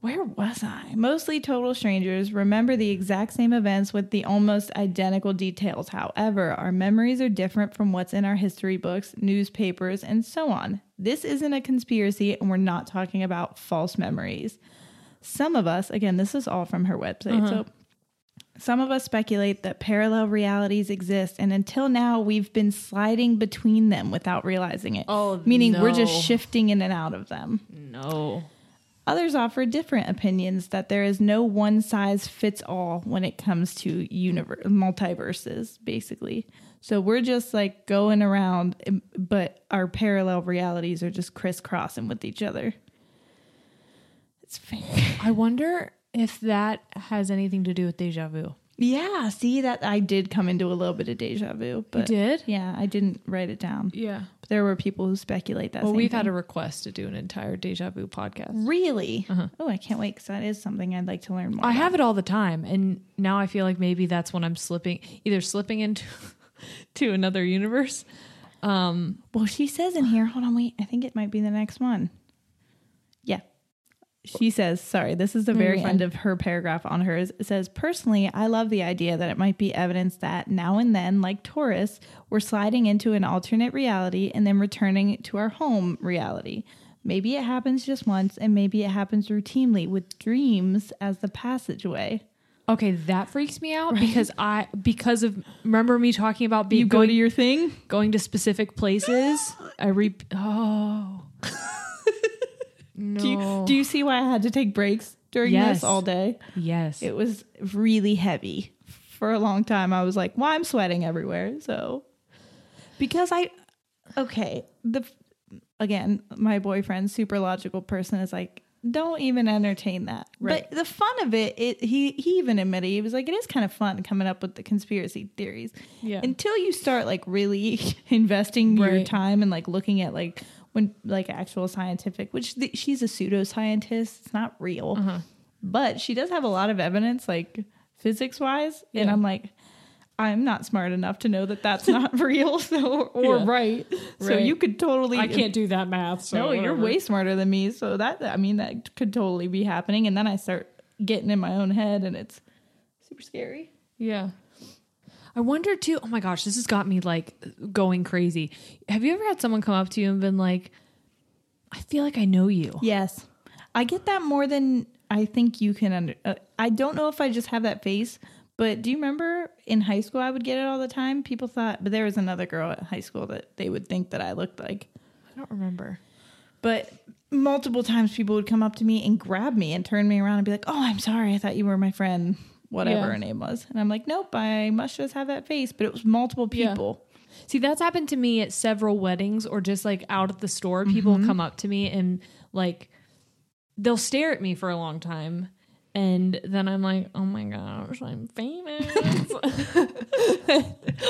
[SPEAKER 4] where was I? Mostly total strangers remember the exact same events with the almost identical details. However, our memories are different from what's in our history books, newspapers, and so on. This isn't a conspiracy, and we're not talking about false memories. Some of us, again, this is all from her website. So, some of us speculate that parallel realities exist, and until now, we've been sliding between them without realizing it.
[SPEAKER 2] Oh,
[SPEAKER 4] meaning we're just
[SPEAKER 2] no.
[SPEAKER 4] shifting in and out of them.
[SPEAKER 2] no.
[SPEAKER 4] Others offer different opinions that there is no one size fits all when it comes to universe multiverses, basically. So we're just like going around, um, but our parallel realities are just crisscrossing with each other. It's (laughs) fair.
[SPEAKER 2] I wonder if that has anything to do with deja vu.
[SPEAKER 4] Yeah, see that I did come into a little bit of deja vu, but
[SPEAKER 2] did?
[SPEAKER 4] Yeah, I didn't write it down.
[SPEAKER 2] Yeah.
[SPEAKER 4] But There were people who speculate that.
[SPEAKER 2] Well,
[SPEAKER 4] same
[SPEAKER 2] we've had
[SPEAKER 4] thing.
[SPEAKER 2] a request to do an entire deja vu podcast.
[SPEAKER 4] really.
[SPEAKER 2] Uh-huh.
[SPEAKER 4] Oh, I can't wait because that is something I'd like to learn more.
[SPEAKER 2] I
[SPEAKER 4] about.
[SPEAKER 2] have it all the time, and now I feel like maybe that's when I'm slipping, either slipping into (laughs) to another universe. Um,
[SPEAKER 4] Well, she says in here, hold on, wait, I think it might be the next one. Yeah. She says, sorry, this is the very end of her paragraph on hers. It says, personally, I love the idea that it might be evidence that now and then, like Taurus, we're sliding into an alternate reality and then returning to our home reality. Maybe it happens just once, and maybe it happens routinely with dreams as the passageway.
[SPEAKER 2] Okay, that freaks me out because I because of remember me talking about being
[SPEAKER 4] You go
[SPEAKER 2] going
[SPEAKER 4] to your thing?
[SPEAKER 2] going to specific places. I re oh
[SPEAKER 4] (laughs) Do, you, do you see why I had to take breaks during
[SPEAKER 2] Yes.
[SPEAKER 4] this all day?
[SPEAKER 2] yes,
[SPEAKER 4] It was really heavy for a long time. I was like, "Well, I'm sweating everywhere." So, because I, okay, the again, my boyfriend, super logical person, is like, "Don't even entertain that." But the fun of it, it he he even admitted he was like, "It is kind of fun coming up with the conspiracy theories."
[SPEAKER 2] Yeah.
[SPEAKER 4] Until you start like really (laughs) investing your
[SPEAKER 2] Right.
[SPEAKER 4] time and like looking at like when like actual scientific, which th- she's a pseudoscientist. It's not real
[SPEAKER 2] Uh-huh.
[SPEAKER 4] but she does have a lot of evidence like physics wise and
[SPEAKER 2] Yeah.
[SPEAKER 4] i'm like i'm not smart enough to know that that's not (laughs) real so or
[SPEAKER 2] Yeah.
[SPEAKER 4] right. so
[SPEAKER 2] Right.
[SPEAKER 4] you could totally
[SPEAKER 2] I can't do that math. So
[SPEAKER 4] no you're
[SPEAKER 2] whatever.
[SPEAKER 4] way smarter than me so that i mean that could totally be happening and then i start getting in my own head and it's super scary
[SPEAKER 2] Yeah. I wonder too. Oh my gosh, this has got me like going crazy. Have you ever had someone come up to you and been like, I feel like I know you?
[SPEAKER 4] yes i get that more than i think you can under uh, i don't know if i just have that face but do you remember in high school i would get it all the time people thought but there was another girl at high school that they would think that i looked like
[SPEAKER 2] I don't remember.
[SPEAKER 4] But multiple times people would come up to me and grab me and turn me around and be like, "Oh, I'm sorry. I thought you were my friend, whatever
[SPEAKER 2] Yeah.
[SPEAKER 4] her name was." And I'm like, "Nope, I must just have that face." But it was multiple
[SPEAKER 2] Yeah.
[SPEAKER 4] people.
[SPEAKER 2] See, that's happened to me at several weddings or just like out at the store. People
[SPEAKER 4] Mm-hmm.
[SPEAKER 2] come up to me and like they'll stare at me for a long time. And then I'm like, oh my gosh, I'm famous. (laughs)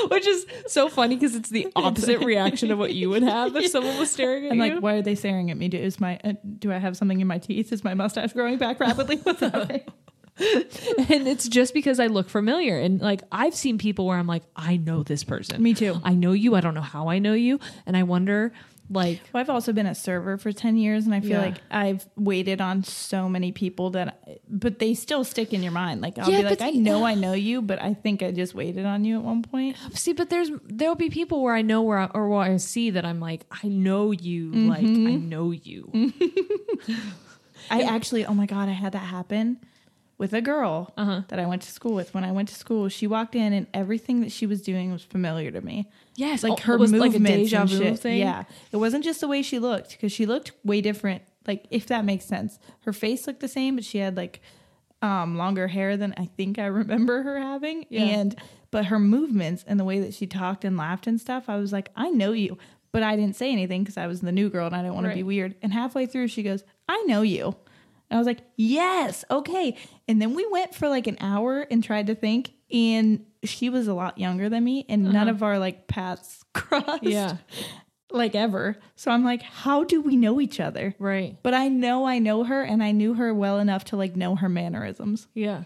[SPEAKER 2] Which is so funny because it's the opposite reaction of what you would
[SPEAKER 4] (laughs)
[SPEAKER 2] have if someone was staring at
[SPEAKER 4] And
[SPEAKER 2] you.
[SPEAKER 4] like, why are they staring at me? Do, is my uh, do I have something in my teeth? Is my mustache growing back rapidly? (laughs) What's happening?
[SPEAKER 2] and it's just because I look familiar. And like I've seen people where I'm like, I know this person.
[SPEAKER 4] Me too.
[SPEAKER 2] I know you. I don't know how I know you. And I wonder, like,
[SPEAKER 4] Well, I've also been a server for 10 years and I feel
[SPEAKER 2] Yeah.
[SPEAKER 4] like I've waited on so many people that, but they still stick in your mind. Like, I'll
[SPEAKER 2] Yeah,
[SPEAKER 4] be like,
[SPEAKER 2] but-
[SPEAKER 4] I know I know you, but I think I just waited on you at one point.
[SPEAKER 2] see, but there's there'll be people where I know where I, or where I see that I'm like, I know you. Like
[SPEAKER 4] Mm-hmm.
[SPEAKER 2] I know you.
[SPEAKER 4] I actually, oh my God, I had that happen with a girl
[SPEAKER 2] Uh-huh.
[SPEAKER 4] that I went to school with. When I went to school, she walked in and everything that she was doing was familiar to me.
[SPEAKER 2] Yes,
[SPEAKER 4] like
[SPEAKER 2] oh,
[SPEAKER 4] her
[SPEAKER 2] it was like
[SPEAKER 4] movements
[SPEAKER 2] a deja
[SPEAKER 4] and
[SPEAKER 2] vu
[SPEAKER 4] shit.
[SPEAKER 2] thing?
[SPEAKER 4] Yeah, it wasn't just the way she looked because she looked way different. Like if that makes sense, her face looked the same, but she had like um, longer hair than I think I (laughs) remember her having. And but her movements and the way that she talked and laughed and stuff, I was like, I know you, but I didn't say anything because I was the new girl and I didn't want to be
[SPEAKER 2] Right.
[SPEAKER 4] weird. And halfway through, she goes, I know you. And I was like, yes, okay. And then we went for like an hour and tried to think. And she was a lot younger than me, and none of our like paths (laughs) crossed
[SPEAKER 2] Uh-huh. Yeah.
[SPEAKER 4] like ever. So I'm like, how do we know each other?
[SPEAKER 2] Right.
[SPEAKER 4] But I know I know her and I knew her well enough to like know her mannerisms.
[SPEAKER 2] Yeah.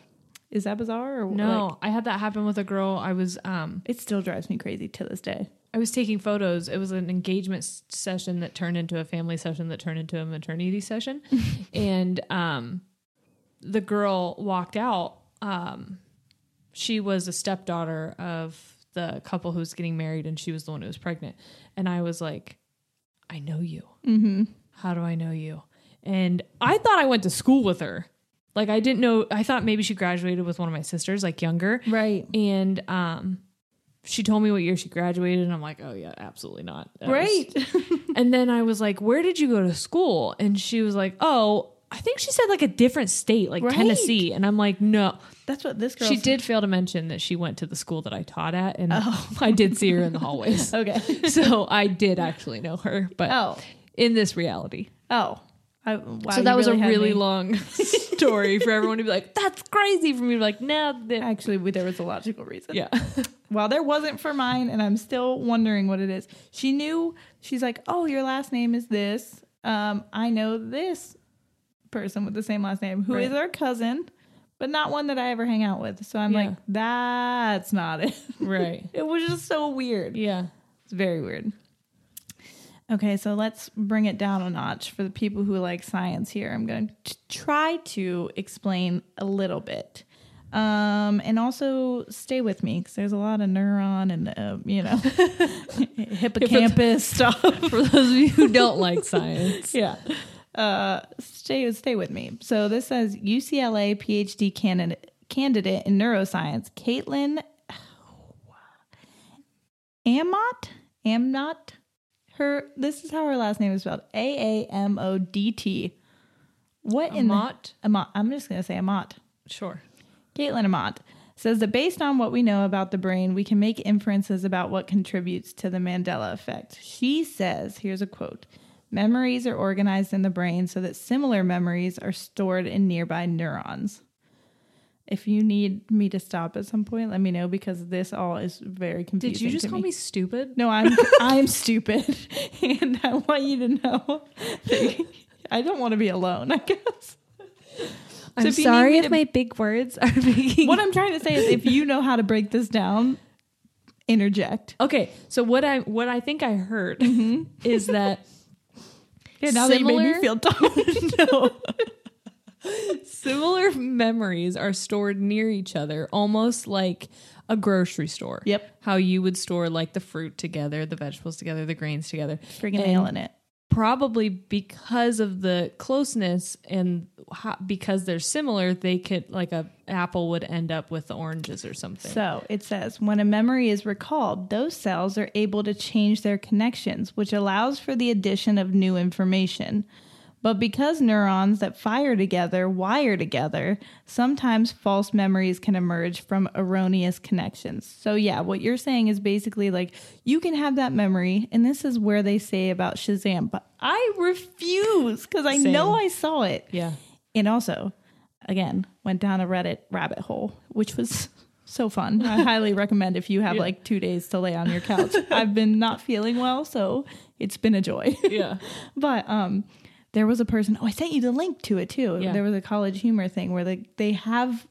[SPEAKER 4] Is that bizarre or
[SPEAKER 2] No,
[SPEAKER 4] like-
[SPEAKER 2] I had that happen with a girl. I was um
[SPEAKER 4] it still drives me crazy to this day.
[SPEAKER 2] I was taking photos. It was an engagement s- session that turned into a family session that turned into a maternity session, and um, the girl walked out. Um, she was a stepdaughter of the couple who was getting married, and she was the one who was pregnant. And I was like, "I know you. Mm-hmm. How do I know you?" And I thought I went to school with her. Like I didn't know. I thought maybe she graduated with one of my sisters, like younger,
[SPEAKER 4] Right.
[SPEAKER 2] and um she told me what year she graduated and i'm like oh yeah absolutely not That was-
[SPEAKER 4] Right. (laughs)
[SPEAKER 2] and then i was like where did you go to school and she was like oh i think she said like a different state like
[SPEAKER 4] Right.
[SPEAKER 2] tennessee and i'm like no
[SPEAKER 4] That's what this girl
[SPEAKER 2] she
[SPEAKER 4] said.
[SPEAKER 2] did fail to mention that she went to the school that i taught at and i did see her in the hallways
[SPEAKER 4] Oh. (laughs) Okay.
[SPEAKER 2] (laughs) so i did actually know her but
[SPEAKER 4] Oh.
[SPEAKER 2] in this reality
[SPEAKER 4] Oh. I, wow,
[SPEAKER 2] so
[SPEAKER 4] you
[SPEAKER 2] that was
[SPEAKER 4] had
[SPEAKER 2] a really
[SPEAKER 4] me. (laughs)
[SPEAKER 2] long story for everyone to be like that's crazy for me to be like no nah,
[SPEAKER 4] Actually, we- there was a logical reason.
[SPEAKER 2] yeah (laughs)
[SPEAKER 4] Well, there wasn't for mine, and I'm still wondering what it is. She knew, she's like, oh, your last name is this. Um, I know this person with the same last name who is our cousin, but not one that I ever hang out with. So I'm
[SPEAKER 2] Yeah.
[SPEAKER 4] like, that's not it.
[SPEAKER 2] right
[SPEAKER 4] (laughs) it was just so weird.
[SPEAKER 2] yeah
[SPEAKER 4] It's very weird. Okay, so let's bring it down a notch for the people who like science here. I'm going to try to explain a little bit. Um, and also stay with me because there's a lot of neuron and, uh, you
[SPEAKER 2] (laughs)
[SPEAKER 4] know, (laughs) hippocampus (laughs) stuff.
[SPEAKER 2] for those of you who don't
[SPEAKER 4] (laughs)
[SPEAKER 2] like science.
[SPEAKER 4] yeah. Uh, stay stay with me. So this says UCLA PhD candidate candidate in neuroscience, Caitlin Amott. Amnot. Her. This is how her last name is spelled. A A M O D T. What in
[SPEAKER 2] Amott?
[SPEAKER 4] the Amott? I'm just gonna say Amott.
[SPEAKER 2] Sure.
[SPEAKER 4] Caitlin Amott says that based on what we know about the brain, we can make inferences about what contributes to the Mandela effect. She says, here's a quote Memories are organized in the brain so that similar memories are stored in nearby neurons. If you need me to stop at some point, let me know because this all is very confusing.
[SPEAKER 2] Did you just
[SPEAKER 4] to
[SPEAKER 2] call me, stupid?
[SPEAKER 4] No,
[SPEAKER 2] (laughs)
[SPEAKER 4] I'm I'm stupid, (laughs) and I want you to know. that (laughs) I don't want to be alone. I guess.
[SPEAKER 2] I'm
[SPEAKER 4] if you need sorry me if to-
[SPEAKER 2] my big words
[SPEAKER 4] (laughs)
[SPEAKER 2] are making.
[SPEAKER 4] what I'm trying to say is if you know how to break this down, interject.
[SPEAKER 2] okay, so what I what I think I heard (laughs) is that
[SPEAKER 4] Mm-hmm. (laughs) Yeah, now that you made me
[SPEAKER 2] Similar-
[SPEAKER 4] feel
[SPEAKER 2] (laughs)
[SPEAKER 4] dumb. no.
[SPEAKER 2] similar memories are stored near each other, almost like a grocery store.
[SPEAKER 4] Yep.
[SPEAKER 2] How you would store like the fruit together, the vegetables together, the grains together.
[SPEAKER 4] Freaking
[SPEAKER 2] And
[SPEAKER 4] nailing it.
[SPEAKER 2] probably because of the closeness and ho- because they're similar, they could like a apple would end up with the oranges or something.
[SPEAKER 4] So it says when a memory is recalled, those cells are able to change their connections, which allows for the addition of new information. But because neurons that fire together wire together, sometimes false memories can emerge from erroneous connections. So, yeah, what you're saying is basically like you can have that memory, and this is where they say about Shazam, but I refuse because I know I saw it.
[SPEAKER 2] yeah.
[SPEAKER 4] And also, again, went down a Reddit rabbit hole, (laughs) which was so fun. I highly recommend if you have like two days to lay on your couch. I've been not feeling well, so it's been a joy.
[SPEAKER 2] (laughs)
[SPEAKER 4] (laughs)
[SPEAKER 2] Yeah.
[SPEAKER 4] but um, there was a person. Oh, I sent you the link to it too.
[SPEAKER 2] Yeah.
[SPEAKER 4] There was a college humor thing where they they have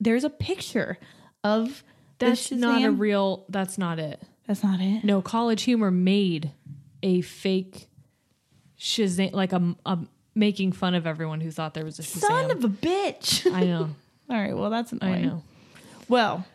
[SPEAKER 4] there's a picture of the
[SPEAKER 2] That's not a
[SPEAKER 4] Shazam-
[SPEAKER 2] real. That's not it.
[SPEAKER 4] That's not it.
[SPEAKER 2] No, College Humor made a fake Shazam, like a, a making fun of everyone who thought there was a Shazam.
[SPEAKER 4] Son of a bitch. (laughs)
[SPEAKER 2] I know.
[SPEAKER 4] All right. Well, that's annoying.
[SPEAKER 2] I know.
[SPEAKER 4] Well,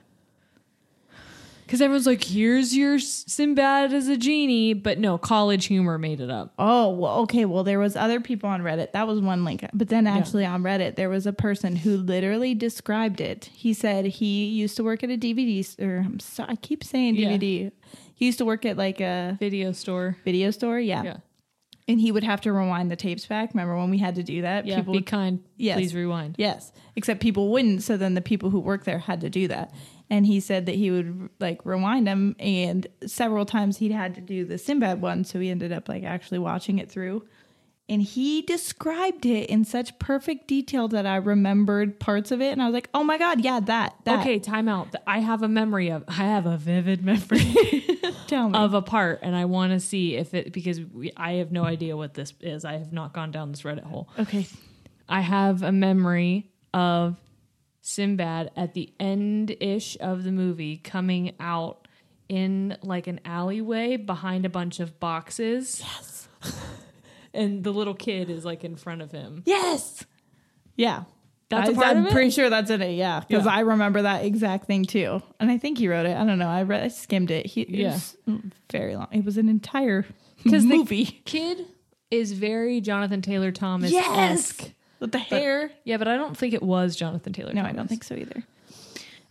[SPEAKER 2] Because everyone's like, here's your S- Sinbad as a genie. But no, college humor made it up.
[SPEAKER 4] Oh, well, okay. Well, there was other people on Reddit. That was one link. But then actually on Reddit, there was a person who literally described it. He said he used to work at a DVD s- or I'm so, I keep saying
[SPEAKER 2] Yeah.
[SPEAKER 4] DVD. He used to work at like a
[SPEAKER 2] Video store.
[SPEAKER 4] video store, yeah.
[SPEAKER 2] Yeah.
[SPEAKER 4] And he would have to rewind the tapes back. Remember when we had to do that?
[SPEAKER 2] Yeah.
[SPEAKER 4] people
[SPEAKER 2] be
[SPEAKER 4] would-
[SPEAKER 2] kind.
[SPEAKER 4] Yes.
[SPEAKER 2] Please rewind.
[SPEAKER 4] Yes, except people wouldn't. So then the people who work there had to do that. And he said that he would like rewind them, and several times he'd had to do the Sinbad one. So he ended up like actually watching it through. And he described it in such perfect detail that I remembered parts of it. And I was like, oh my God, yeah, that. that.
[SPEAKER 2] Okay, time out. Th- I have a memory of, I have a vivid
[SPEAKER 4] (laughs)
[SPEAKER 2] memory
[SPEAKER 4] Tell me.
[SPEAKER 2] of a part, and I want to see if it, because we, I have no idea what this is. I have not gone down this Reddit hole.
[SPEAKER 4] okay.
[SPEAKER 2] I have a memory of Sinbad at the end ish of the movie coming out in like an alleyway behind a bunch of boxes. Yes. (laughs) and the little kid is like in front of him.
[SPEAKER 4] Yes. Yeah.
[SPEAKER 2] That's a
[SPEAKER 4] I,
[SPEAKER 2] part
[SPEAKER 4] am
[SPEAKER 2] of it?
[SPEAKER 4] pretty sure that's in it. Yeah. Because
[SPEAKER 2] Yeah.
[SPEAKER 4] I remember that exact thing too. And I think he wrote it. I don't know. I read, I skimmed it. He, it
[SPEAKER 2] Yeah.
[SPEAKER 4] was very long. It was an entire
[SPEAKER 2] Because
[SPEAKER 4] movie.
[SPEAKER 2] the kid is very Jonathan Taylor Thomas esque.
[SPEAKER 4] Yes. With the hair.
[SPEAKER 2] Yeah, but I don't think it was Jonathan Taylor.
[SPEAKER 4] no, I
[SPEAKER 2] Thomas.
[SPEAKER 4] don't think so either.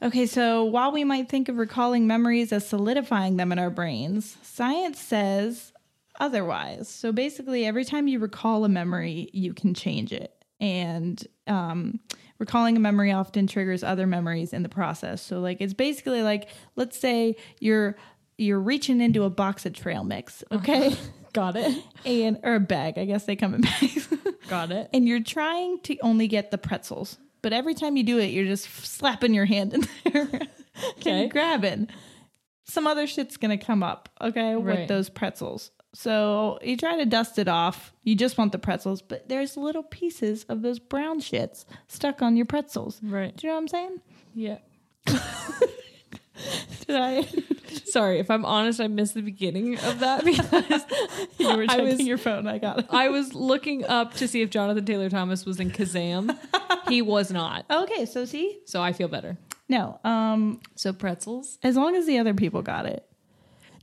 [SPEAKER 4] Okay, so while we might think of recalling memories as solidifying them in our brains, science says otherwise. So basically, every time you recall a memory, you can change it. And um, recalling a memory often triggers other memories in the process. So, like, it's basically like, let's say you're you're reaching into a box of trail mix, (laughs) okay?
[SPEAKER 2] Got it.
[SPEAKER 4] and or a bag. I guess they come in (laughs) bags.
[SPEAKER 2] Got it.
[SPEAKER 4] and you're trying to only get the pretzels, but every time you do it, you're just slapping your hand in there, (laughs)
[SPEAKER 2] Okay.
[SPEAKER 4] and grabbing. Some other shit's gonna come up, okay,
[SPEAKER 2] Right.
[SPEAKER 4] with those pretzels. So you try to dust it off. You just want the pretzels, but there's little pieces of those brown shits stuck on your pretzels.
[SPEAKER 2] Right.
[SPEAKER 4] Do you know what I'm saying?
[SPEAKER 2] Yeah.
[SPEAKER 4] Did I?
[SPEAKER 2] Sorry, if I'm honest, I missed the beginning of that (laughs) because
[SPEAKER 4] (laughs) you were
[SPEAKER 2] I
[SPEAKER 4] checking
[SPEAKER 2] was-
[SPEAKER 4] your phone. I got it.
[SPEAKER 2] I was looking up to see if Jonathan Taylor Thomas was in Kazam. He was not.
[SPEAKER 4] Okay, so see,
[SPEAKER 2] So I feel better.
[SPEAKER 4] no, um,
[SPEAKER 2] So pretzels?
[SPEAKER 4] As long as the other people got it.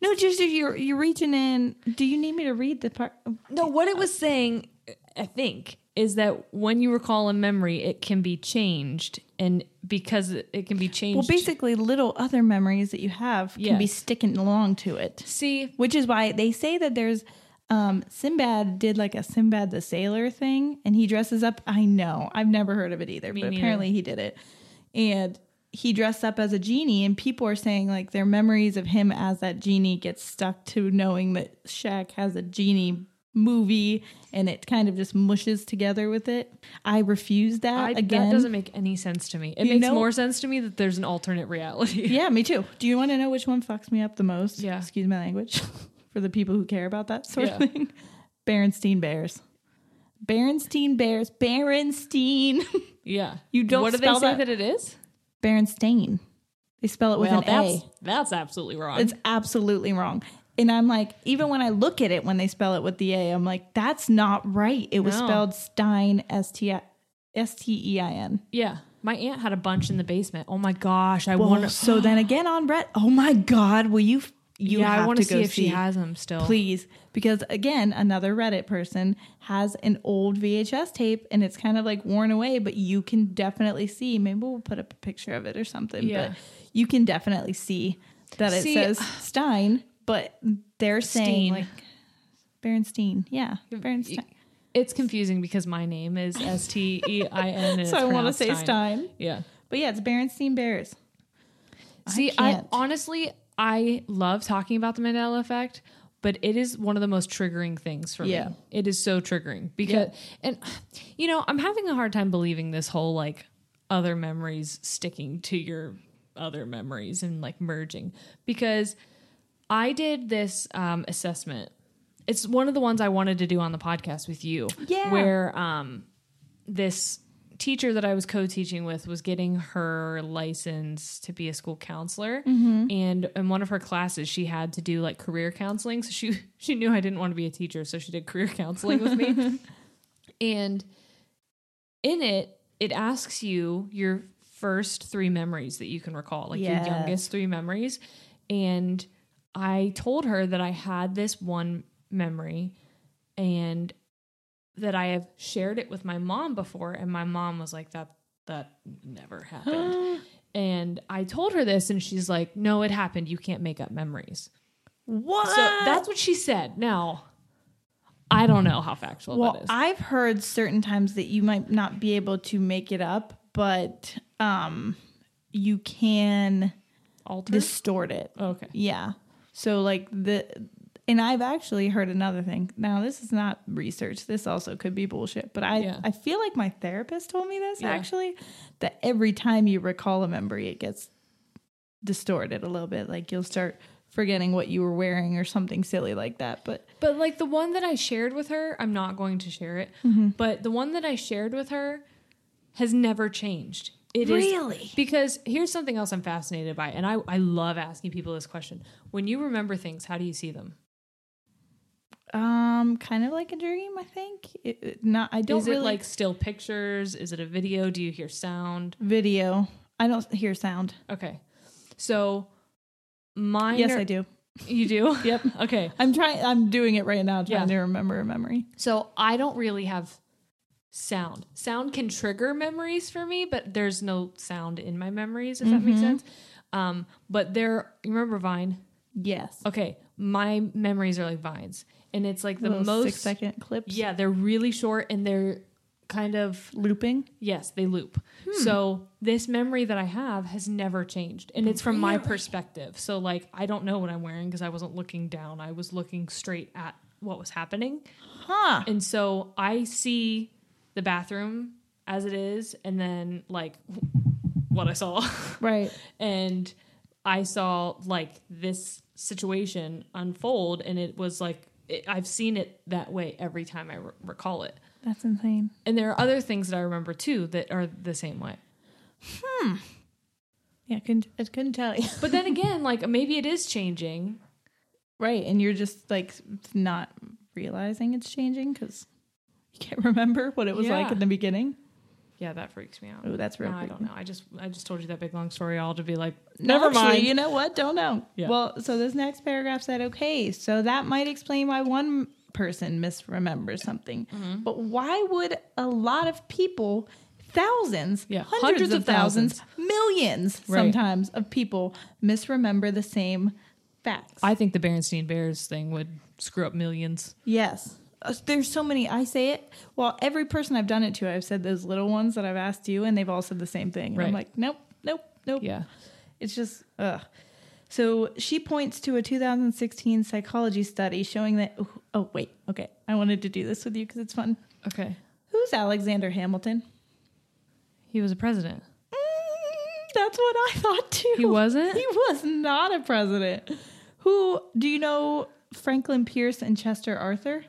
[SPEAKER 4] No, just if you're you're reaching in. Do you need me to read the part?
[SPEAKER 2] No, what it was saying, I think, is that when you recall a memory, it can be changed. And because it it can be changed.
[SPEAKER 4] Well, basically, little other (laughs) memories that you have can be
[SPEAKER 2] Yes.
[SPEAKER 4] sticking along to it,
[SPEAKER 2] See,
[SPEAKER 4] which is why they say that there's um, Sinbad did like a Sinbad the Sailor thing, and he dresses up. I know I've never heard of it either, but
[SPEAKER 2] neither.
[SPEAKER 4] apparently he did it, and he dressed up as a genie, and people are saying like their memories of him as that genie gets stuck to knowing that Shaq has a genie movie and it kind of just mushes together with it. I refuse that
[SPEAKER 2] I,
[SPEAKER 4] again.
[SPEAKER 2] that doesn't make any sense to me. It
[SPEAKER 4] You
[SPEAKER 2] makes
[SPEAKER 4] know-
[SPEAKER 2] more sense to me that there's an alternate reality.
[SPEAKER 4] Yeah, me too. Do you want to know which one fucks me up the most?
[SPEAKER 2] Yeah.
[SPEAKER 4] Excuse my language (laughs) for the people who care about that sort
[SPEAKER 2] Yeah.
[SPEAKER 4] of thing. Berenstein Bears. Berenstein Bears. Berenstein. (laughs)
[SPEAKER 2] (laughs) Yeah.
[SPEAKER 4] You don't
[SPEAKER 2] What do they
[SPEAKER 4] spell
[SPEAKER 2] say
[SPEAKER 4] that-
[SPEAKER 2] that, it is?
[SPEAKER 4] Berenstain. They spell it with an
[SPEAKER 2] that's
[SPEAKER 4] A.
[SPEAKER 2] that's absolutely wrong.
[SPEAKER 4] It's absolutely wrong. And I'm like, even when I look at it when they spell it with the A, I'm like, that's not right. It was
[SPEAKER 2] No.
[SPEAKER 4] spelled Stein S T I S T E I N.
[SPEAKER 2] yeah. My aunt had a bunch in the basement. Oh my gosh, I
[SPEAKER 4] Well,
[SPEAKER 2] want to
[SPEAKER 4] so (gasps) then again on Brett, oh my God, will you f- you
[SPEAKER 2] yeah, I
[SPEAKER 4] have
[SPEAKER 2] want
[SPEAKER 4] to
[SPEAKER 2] to
[SPEAKER 4] go
[SPEAKER 2] see if she has them still.
[SPEAKER 4] please because again another reddit person has an old vhs tape and it's kind of like worn away but you can definitely see maybe we'll put up a picture of it or something
[SPEAKER 2] Yeah.
[SPEAKER 4] but you can definitely see that it
[SPEAKER 2] See,
[SPEAKER 4] says stein but they're saying
[SPEAKER 2] Steen.
[SPEAKER 4] like Berenstein, yeah, Berenstein.
[SPEAKER 2] It's confusing because my name is S T E I
[SPEAKER 4] (laughs)
[SPEAKER 2] N.
[SPEAKER 4] So (sighs) I want to say
[SPEAKER 2] Stein.
[SPEAKER 4] Stein,
[SPEAKER 2] Yeah.
[SPEAKER 4] but yeah, it's Berenstein Bears.
[SPEAKER 2] See, I,
[SPEAKER 4] can't.
[SPEAKER 2] honestly I love talking about the Mandela effect, but it is one of the most triggering things for
[SPEAKER 4] Yeah.
[SPEAKER 2] me. It is so triggering because and you know, I'm having a hard time believing this whole like other memories sticking to your other memories and like merging because I did this um, assessment. It's one of the ones I wanted to do on the podcast with you.
[SPEAKER 4] Yeah.
[SPEAKER 2] Where um, this teacher that I was co-teaching with was getting her license to be a school counselor and in one of her classes she had to do like career counseling so she (laughs) she knew I didn't want to be a teacher so she did career counseling with me and in it it asks you your first three memories that you can recall like
[SPEAKER 4] Yes.
[SPEAKER 2] your youngest three memories And I told her that I had this one memory and that I have shared it with my mom before, and my mom was like, "That that never (gasps) happened." and I told her this, and she's like, "No, it happened. You can't make up memories."
[SPEAKER 5] What?
[SPEAKER 2] So that's what she said. Now, I don't know how factual that
[SPEAKER 4] Well,
[SPEAKER 2] is.
[SPEAKER 4] I've heard certain times that you might not be able to make it up, but um, you can
[SPEAKER 2] Alter.
[SPEAKER 4] distort it.
[SPEAKER 2] okay.
[SPEAKER 4] Yeah. So like the and I've actually heard another thing. Now this is not research. This also could be bullshit. But I
[SPEAKER 2] Yeah.
[SPEAKER 4] I feel like my therapist told me this actually that every time you recall a memory it gets distorted a little bit. Like you'll start forgetting what you were wearing or something silly like that. But
[SPEAKER 2] But like the one that I shared with her, I'm not going to share it. But the one that I shared with her has never changed. It is
[SPEAKER 5] Really?
[SPEAKER 2] because here's something else I'm fascinated by, and I, I love asking people this question. When you remember things, how do you see them?
[SPEAKER 4] um kind of like a dream, I think. It, it- not I don't
[SPEAKER 2] is
[SPEAKER 4] really
[SPEAKER 2] it like still pictures? Is it a video? Do you hear sound?
[SPEAKER 4] video. I don't hear sound.
[SPEAKER 2] Okay. So mine
[SPEAKER 4] yes,
[SPEAKER 2] are-
[SPEAKER 4] I do.
[SPEAKER 2] You do? (laughs) yep. Okay.
[SPEAKER 4] I'm trying I'm doing it right now trying
[SPEAKER 2] Yeah.
[SPEAKER 4] to remember a memory.
[SPEAKER 2] So I don't really have sound. Sound can trigger memories for me, but there's no sound in my memories, if that makes sense. Um, but there, you remember Vine?
[SPEAKER 4] Yes.
[SPEAKER 2] Okay, my memories are like vines, and it's like the
[SPEAKER 4] Little
[SPEAKER 2] most
[SPEAKER 4] six second clips.
[SPEAKER 2] Yeah, they're really short, and they're kind of
[SPEAKER 4] Looping.
[SPEAKER 2] yes, they loop. So this memory that I have has never changed, and it's from my perspective. So like, I don't know what I'm wearing because I wasn't looking down; I was looking straight at what was happening.
[SPEAKER 4] Huh.
[SPEAKER 2] And so I see the bathroom as it is, and then like what I saw. (laughs)
[SPEAKER 4] Right.
[SPEAKER 2] and I saw like this situation unfold, and it was like it, I've seen it that way every time I re- recall it.
[SPEAKER 4] That's insane.
[SPEAKER 2] And there are other things that I remember too that are the same way.
[SPEAKER 4] Yeah, I couldn't, I couldn't tell you.
[SPEAKER 2] But then again, like maybe it is changing.
[SPEAKER 4] right. And you're just like not realizing it's changing because you can't (laughs) remember what it was like
[SPEAKER 2] Yeah.
[SPEAKER 4] in the beginning.
[SPEAKER 2] Yeah, that freaks me out.
[SPEAKER 4] Ooh, that's real
[SPEAKER 2] No, I
[SPEAKER 4] creepy.
[SPEAKER 2] don't know. I just I just told you that big long story all to be like,
[SPEAKER 4] No,
[SPEAKER 2] never
[SPEAKER 4] actually,
[SPEAKER 2] mind.
[SPEAKER 4] You know what? Don't know.
[SPEAKER 2] Yeah.
[SPEAKER 4] Well, so this next paragraph said, okay, so that might explain why one person misremembers something.
[SPEAKER 2] Mm-hmm.
[SPEAKER 4] But why would a lot of people, thousands,
[SPEAKER 2] Yeah,
[SPEAKER 4] hundreds,
[SPEAKER 2] hundreds
[SPEAKER 4] of
[SPEAKER 2] of
[SPEAKER 4] thousands, millions
[SPEAKER 2] Right.
[SPEAKER 4] sometimes of people misremember the same facts?
[SPEAKER 2] I think the Berenstein Bears thing would screw up millions.
[SPEAKER 4] Yes. Uh, There's so many. I say it. Well, every person I've done it to, I've said those little ones that I've asked you, and they've all said the same thing. And I'm
[SPEAKER 2] Right.
[SPEAKER 4] like, nope, nope, nope.
[SPEAKER 2] Yeah.
[SPEAKER 4] It's just, ugh. So she points to a 2016 psychology study showing that. Oh, oh wait. Okay. I wanted to do this with you because it's fun.
[SPEAKER 2] Okay.
[SPEAKER 4] Who's Alexander Hamilton?
[SPEAKER 2] He was a president.
[SPEAKER 4] Mm, that's what I thought too.
[SPEAKER 2] He
[SPEAKER 4] (laughs)
[SPEAKER 2] wasn't?
[SPEAKER 4] He was not a president. Who do you know? Franklin Pierce and Chester Arthur.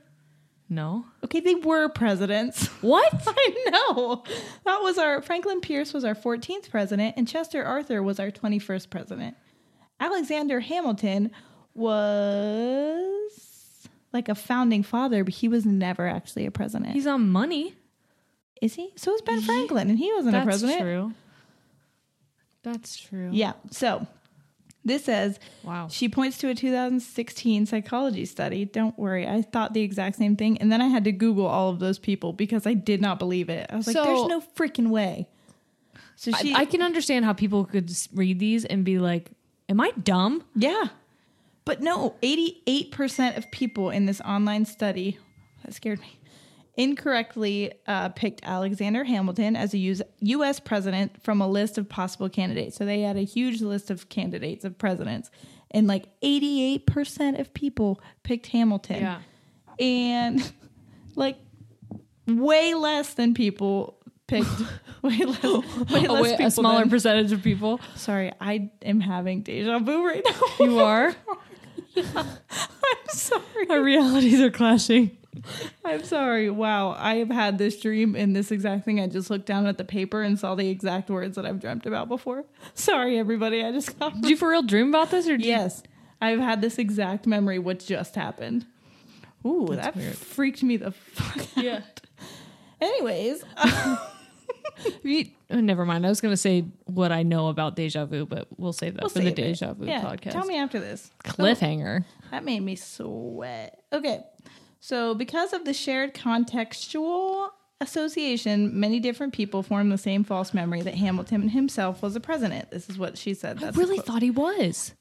[SPEAKER 2] No.
[SPEAKER 4] Okay, they were presidents. (laughs)
[SPEAKER 2] What?
[SPEAKER 4] I know. That was our Franklin Pierce was our 14th president and Chester Arthur was our 21st president. Alexander Hamilton was like a founding father, but he was never actually a president.
[SPEAKER 2] He's on money.
[SPEAKER 4] is he? So is Ben Franklin and he wasn't
[SPEAKER 2] That's
[SPEAKER 4] a president.
[SPEAKER 2] true. That's true.
[SPEAKER 4] Yeah. So this says
[SPEAKER 2] Wow.
[SPEAKER 4] She points to a 2016 psychology study. Don't worry, I thought the exact same thing, and then I had to Google all of those people because I did not believe it. I was like,
[SPEAKER 2] So-
[SPEAKER 4] "There's no freaking way." (laughs) So
[SPEAKER 2] I-
[SPEAKER 4] she, (laughs)
[SPEAKER 2] I, can understand how people could s- read these and be like, "Am I dumb?"
[SPEAKER 4] yeah, but no, 88 percent of people in this online study that scared me incorrectly uh, picked Alexander Hamilton as a US, U.S. president from a list of possible candidates. So they had a huge list of candidates of presidents, and like 88 percent of people picked Hamilton. and like way less than people picked (laughs) way
[SPEAKER 2] (laughs)
[SPEAKER 4] less, way less
[SPEAKER 2] a, way- a
[SPEAKER 4] people
[SPEAKER 2] smaller
[SPEAKER 4] than-
[SPEAKER 2] percentage
[SPEAKER 4] (laughs)
[SPEAKER 2] of people.
[SPEAKER 4] sorry i am having deja vu right now
[SPEAKER 2] You are.
[SPEAKER 4] i'm sorry
[SPEAKER 2] Our realities are clashing.
[SPEAKER 4] i'm sorry wow i have had this dream in this exact thing i just looked down at the paper and saw the exact words that i've dreamt about before (laughs) sorry everybody i just got
[SPEAKER 2] Did you for real dream about this, or did
[SPEAKER 4] yes i've had this exact memory what just happened ooh that freaked me the fuck out (laughs)
[SPEAKER 2] You- yeah.
[SPEAKER 4] Anyways,
[SPEAKER 2] You- oh, never mind. I was going to say what I know about deja vu, but we'll save that
[SPEAKER 4] We'll
[SPEAKER 2] for the
[SPEAKER 4] save it.
[SPEAKER 2] deja vu
[SPEAKER 4] Yeah,
[SPEAKER 2] podcast.
[SPEAKER 4] Tell me after this.
[SPEAKER 2] Cliffhanger.
[SPEAKER 4] That made me sweat. Okay. So, because of the shared contextual association, many different people form the same false memory that Hamilton himself was the president. This is what she said. That's the
[SPEAKER 2] really
[SPEAKER 4] quote. Uh,
[SPEAKER 2] thought he was.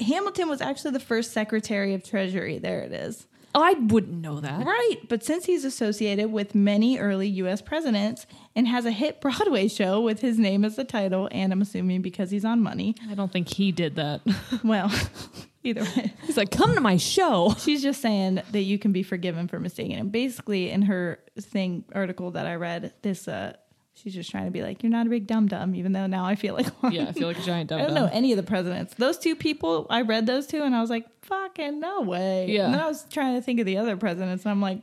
[SPEAKER 4] Hamilton was actually the first Secretary of Treasury. There it is.
[SPEAKER 2] Oh, I wouldn't know that.
[SPEAKER 4] Right. But since he's associated with many early U.S. presidents and has a hit Broadway show with his name as the title, and I'm assuming because he's on
[SPEAKER 2] (laughs)
[SPEAKER 4] money,
[SPEAKER 2] I don't think he did that.
[SPEAKER 4] well, (laughs) either way.
[SPEAKER 2] (laughs) He's like, come to my show.
[SPEAKER 4] She's just saying that you can be forgiven for mistaking. And basically, in her thing article that I read, this uh, she's just trying to be like, "You're not a big dum dum," even though now I feel like (laughs) one.
[SPEAKER 2] Yeah, (laughs) I feel like a giant
[SPEAKER 4] I
[SPEAKER 2] dumb
[SPEAKER 4] don't know any of the presidents. Those two people, I read those two, and I was like, "Fucking no way!"
[SPEAKER 2] Yeah.
[SPEAKER 4] And then I was trying to think of the other presidents, and I'm like,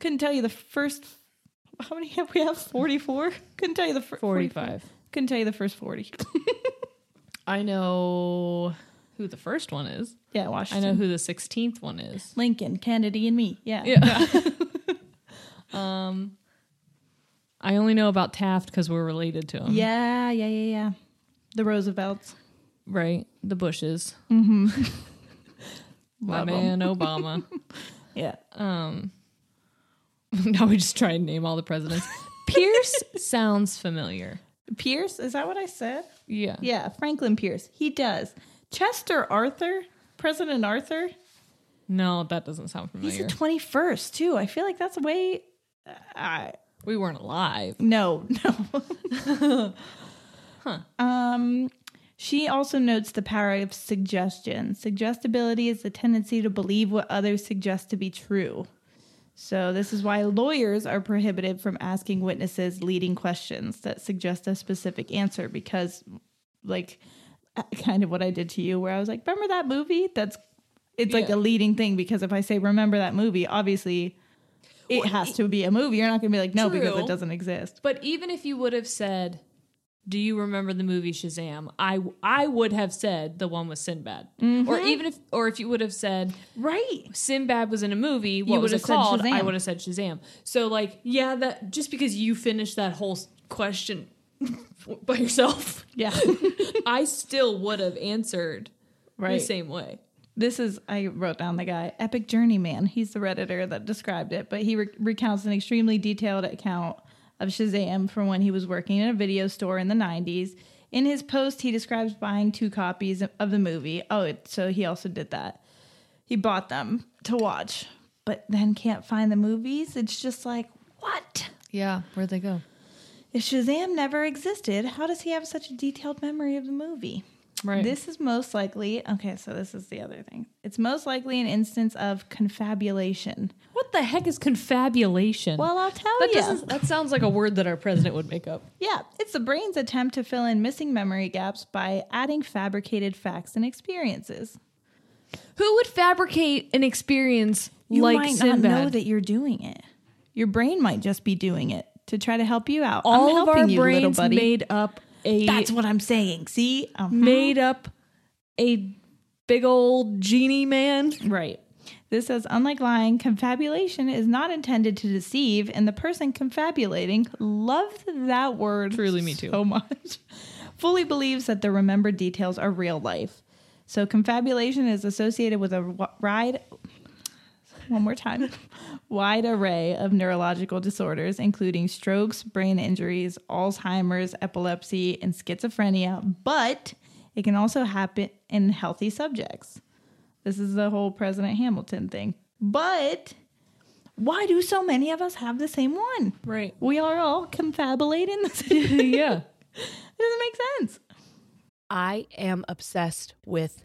[SPEAKER 4] couldn't tell you the first. How many have we have? Forty four. Couldn't tell you the first
[SPEAKER 2] 45.
[SPEAKER 4] Couldn't tell you the first forty. (laughs)
[SPEAKER 2] I know who the first one is.
[SPEAKER 4] yeah,
[SPEAKER 2] I
[SPEAKER 4] Washington.
[SPEAKER 2] know who the 16th one is.
[SPEAKER 4] Lincoln, Kennedy, and me. Yeah.
[SPEAKER 2] Yeah. um, I only know about Taft because we're related to him.
[SPEAKER 4] Yeah, yeah, yeah, yeah. The Roosevelts.
[SPEAKER 2] Right? The Bushes. (laughs) My
[SPEAKER 4] Mm-hmm. Love 'em. (laughs)
[SPEAKER 2] man, Obama. Um,
[SPEAKER 4] Yeah.
[SPEAKER 2] (laughs) now we just try and name all the presidents.
[SPEAKER 4] (laughs)
[SPEAKER 2] Pierce sounds familiar.
[SPEAKER 4] Pierce, is that what I said?
[SPEAKER 2] Yeah.
[SPEAKER 4] Yeah, Franklin Pierce. He does. Chester Arthur, President Arthur.
[SPEAKER 2] No, that doesn't sound
[SPEAKER 4] He's the
[SPEAKER 2] familiar.
[SPEAKER 4] 21st, too. I feel like that's way. I
[SPEAKER 2] we weren't alive.
[SPEAKER 4] no, (laughs) no. huh. Um, she also notes the power of suggestion. Suggestibility is the tendency to believe what others suggest to be true. So this is why lawyers are prohibited from asking witnesses leading questions that suggest a specific answer because like (laughs) uh, kind of what I did to you where I was like, "Remember that movie?" That's it's like
[SPEAKER 2] Yeah.
[SPEAKER 4] a leading thing because if I say remember that movie, obviously it has to be a movie. You're not going to be like, "No, because
[SPEAKER 2] True.
[SPEAKER 4] it doesn't exist."
[SPEAKER 2] But even if you would have said, "Do you remember the movie Shazam?" I I would have said the one with Sinbad. Or
[SPEAKER 4] Mm-hmm.
[SPEAKER 2] even if or if you would have said
[SPEAKER 4] Right.
[SPEAKER 2] Sinbad was in a movie, what
[SPEAKER 4] You
[SPEAKER 2] was
[SPEAKER 4] would
[SPEAKER 2] it
[SPEAKER 4] have said
[SPEAKER 2] called? I
[SPEAKER 4] Shazam.
[SPEAKER 2] would have said Shazam. So like, yeah, that just because you finished that whole s- question (laughs) by yourself,
[SPEAKER 4] Yeah.
[SPEAKER 2] (laughs) I still would have answered
[SPEAKER 4] right.
[SPEAKER 2] the same way.
[SPEAKER 4] This is, I wrote down the guy, Epic Journeyman. He's the Redditor that described it, but he re- recounts an extremely detailed account of Shazam from when he was working in a video store in the 90s. In his post, he describes buying two copies of the movie. Oh, it, so he also did that. He bought them to watch, but then can't find the movies. It's just like, what?
[SPEAKER 2] Yeah, where'd they go?
[SPEAKER 4] If Shazam never existed, how does he have such a detailed memory of the movie?
[SPEAKER 2] Right.
[SPEAKER 4] This is most likely, okay, so this is the other thing. It's most likely an instance of confabulation.
[SPEAKER 2] What the heck is confabulation?
[SPEAKER 4] Well, I'll tell
[SPEAKER 2] that
[SPEAKER 4] you.
[SPEAKER 2] doesn't. That sounds like a word that our president would make up.
[SPEAKER 4] Yeah, it's the brain's attempt to fill in missing memory gaps by adding fabricated facts and experiences.
[SPEAKER 2] Who would fabricate an experience
[SPEAKER 4] You
[SPEAKER 2] like
[SPEAKER 4] might
[SPEAKER 2] Sinbad?
[SPEAKER 4] not know that you're doing it. Your brain might just be doing it to try to help you out. I'm
[SPEAKER 2] All of
[SPEAKER 4] helping
[SPEAKER 2] our
[SPEAKER 4] you, little
[SPEAKER 2] brains
[SPEAKER 4] buddy.
[SPEAKER 2] made up a
[SPEAKER 4] That's what I'm saying. See? Um,
[SPEAKER 2] made up a big old genie man.
[SPEAKER 4] Right. This says, unlike lying, confabulation is not intended to deceive, and the person confabulating loved that word
[SPEAKER 2] Truly, me too.
[SPEAKER 4] so much. (laughs) Fully believes that the remembered details are real life. So confabulation is associated with a w- wide, (laughs) one more time, (laughs) wide array of neurological disorders, including strokes, brain injuries, Alzheimer's, epilepsy, and schizophrenia. But it can also happen in healthy subjects. This is the whole President Hamilton thing. But why do so many of us have the same one?
[SPEAKER 2] Right.
[SPEAKER 4] We are all confabulating (laughs) the same. it
[SPEAKER 2] Yeah.
[SPEAKER 4] doesn't make sense.
[SPEAKER 6] I am obsessed with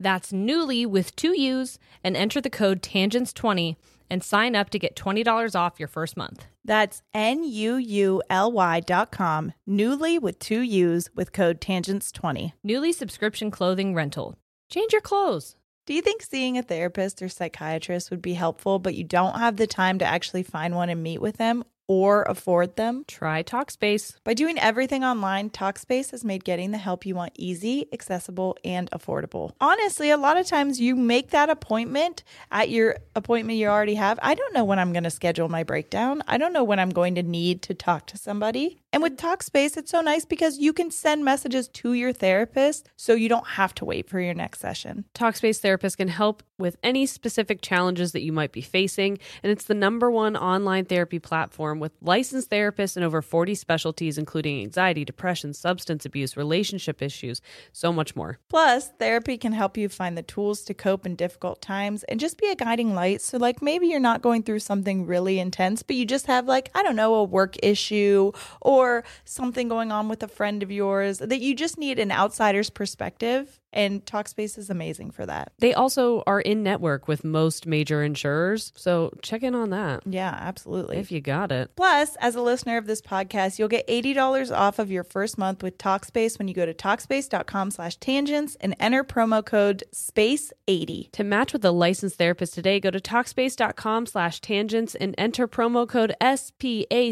[SPEAKER 6] That's Newly with two U's and enter the code TANGENTS20 and sign up to get $20 off your first month.
[SPEAKER 4] That's N U U L Y dot com, Newly with two U's with code TANGENTS20.
[SPEAKER 6] Newly subscription clothing rental. Change your clothes.
[SPEAKER 4] Do you think seeing a therapist or psychiatrist would be helpful, but you don't have the time to actually find one and meet with them or afford them?
[SPEAKER 6] Try Talkspace.
[SPEAKER 4] By doing everything online, Talkspace has made getting the help you want easy, accessible, and affordable. Honestly, a lot of times you make that appointment at your appointment you already have. I don't know when I'm going to schedule my breakdown. I don't know when I'm going to need to talk to somebody. And with Talkspace, it's so nice because you can send messages to your therapist so you don't have to wait for your next session.
[SPEAKER 7] Talkspace therapist can help with any specific challenges that you might be facing, and it's the number one online therapy platform with licensed therapists in over 40 specialties, including anxiety, depression, substance abuse, relationship issues, so much more.
[SPEAKER 4] Plus, therapy can help you find the tools to cope in difficult times and just be a guiding light. So, like, maybe you're not going through something really intense, but you just have, like, I don't know, a work issue or something going on with a friend of yours that you just need an outsider's perspective. And Talkspace is amazing for that.
[SPEAKER 7] They also are in network with most major insurers, so check in on that
[SPEAKER 4] Yeah, absolutely.
[SPEAKER 7] if you got it.
[SPEAKER 4] Plus, as a listener of this podcast, you'll get $80 off of your first month with Talkspace when you go to Talkspace.com slash tangents and enter promo code SPACE80.
[SPEAKER 7] To match with a licensed therapist today, go to Talkspace.com slash tangents and enter promo code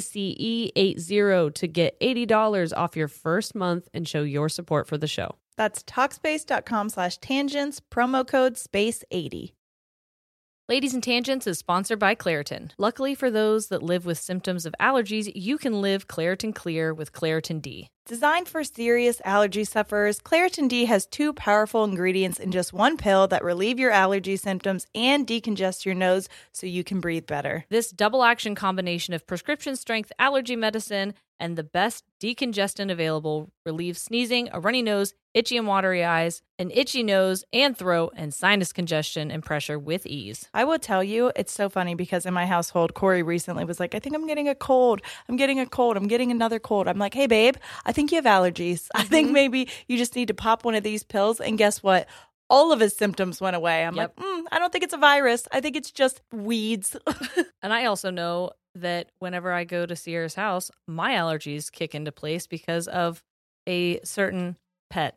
[SPEAKER 7] SPACE80 E to get $80 off your first month and show your support for the show.
[SPEAKER 4] That's Talkspace.com slash tangents, promo code SPACE80.
[SPEAKER 6] Ladies and Tangents is sponsored by Claritin. Luckily for those that live with symptoms of allergies, you can live Claritin Clear with Claritin D.
[SPEAKER 4] Designed for serious allergy sufferers, Claritin D has two powerful ingredients in just one pill that relieve your allergy symptoms and decongest your nose so you can breathe better.
[SPEAKER 6] This double action combination of prescription strength allergy medicine and the best decongestant available relieves sneezing, a runny nose, itchy and watery eyes, an itchy nose and throat, and sinus congestion and pressure with ease.
[SPEAKER 4] I will tell you, it's so funny because in my household, Corey recently was like, I think I'm getting a cold. I'm getting a cold. I'm getting another cold. I'm like, hey, babe, I think you have allergies. I think maybe you just need to pop one of these pills. And guess what? All of his symptoms went away. I'm
[SPEAKER 6] Yep.
[SPEAKER 4] like, mm, I don't think it's a virus. I think it's just weeds. (laughs)
[SPEAKER 6] And I also know that whenever I go to Sierra's house, my allergies kick into place because of a certain pet.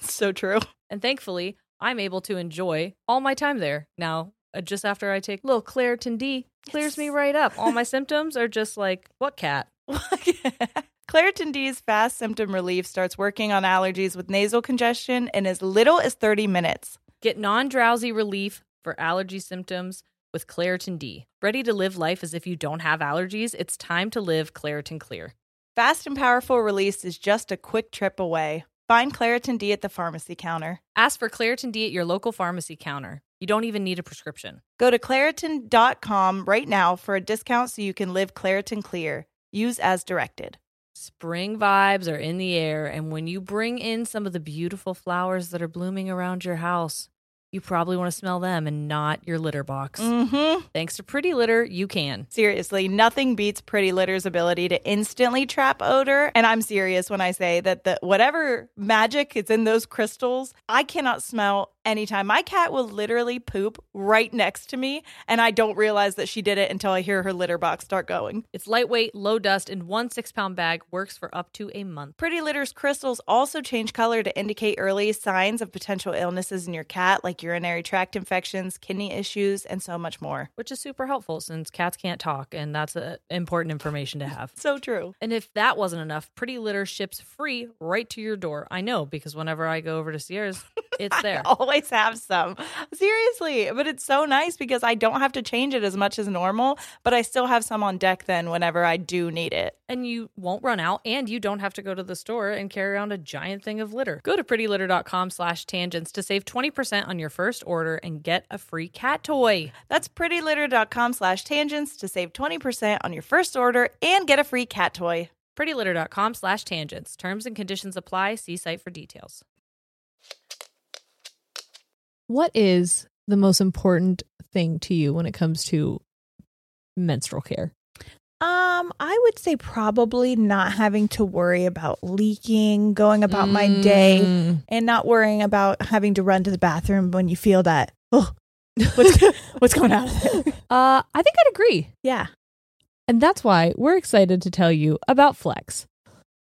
[SPEAKER 4] so true.
[SPEAKER 6] And thankfully, I'm able to enjoy all my time there. Now, uh, just after I take little Claritin D, clears me
[SPEAKER 4] Yes.
[SPEAKER 6] right up. All my symptoms are just like, what cat?
[SPEAKER 4] Claritin D's fast symptom relief starts working on allergies with nasal congestion in as little as 30 minutes.
[SPEAKER 6] Get non drowsy relief for allergy symptoms with Claritin D. Ready to live life as if you don't have allergies? It's time to live Claritin Clear.
[SPEAKER 4] Fast and powerful release is just a quick trip away. Find Claritin D at the pharmacy counter.
[SPEAKER 6] Ask for Claritin D at your local pharmacy counter. You don't even need a prescription.
[SPEAKER 4] Go to Claritin.com right now for a discount so you can live Claritin clear. Use as directed.
[SPEAKER 6] Spring vibes are in the air, and when you bring in some of the beautiful flowers that are blooming around your house, you probably want to smell them and not your litter box.
[SPEAKER 4] Mm-hmm.
[SPEAKER 6] Thanks to Pretty Litter, you can.
[SPEAKER 4] Seriously, nothing beats Pretty Litter's ability to instantly trap odor. And I'm serious when I say that the whatever magic is in those crystals, I cannot smell
[SPEAKER 8] anytime. My cat will literally poop right next to me, and I don't realize that she did it until I hear her litter box start going.
[SPEAKER 6] It's lightweight, low dust, and one six pound bag works for up to a month.
[SPEAKER 8] Pretty Litter's crystals also change color to indicate early signs of potential illnesses in your cat, like urinary tract infections, kidney issues, and so much more.
[SPEAKER 6] which is super helpful since cats can't talk, and that's uh important information to have.
[SPEAKER 8] So true. (laughs)
[SPEAKER 6] And if that wasn't enough, Pretty Litter ships free right to your door. I know because whenever I go over to Sierra's, it's there.
[SPEAKER 8] I always have some. Seriously. But it's so nice because I don't have to change it as much as normal, but I still have some on deck then whenever I do need it.
[SPEAKER 6] and you won't run out and you don't have to go to the store and carry around a giant thing of litter go to prettylitter.com slash tangents to save 20% on your first order and get a free cat toy
[SPEAKER 8] That's prettylitter.com slash tangents to save 20% on your first order and get a free cat toy.
[SPEAKER 6] prettylitter.com slash tangents terms and conditions apply see site for details
[SPEAKER 2] What is the most important thing to you when it comes to menstrual care?
[SPEAKER 4] Um, I would say probably not having to worry about leaking, going about my day,
[SPEAKER 2] Mm.
[SPEAKER 4] and not worrying about having to run to the bathroom when you feel that. Oh, what's what's going out of it?
[SPEAKER 2] Uh, I think I'd agree.
[SPEAKER 4] Yeah.
[SPEAKER 2] And that's why we're excited to tell you about Flex.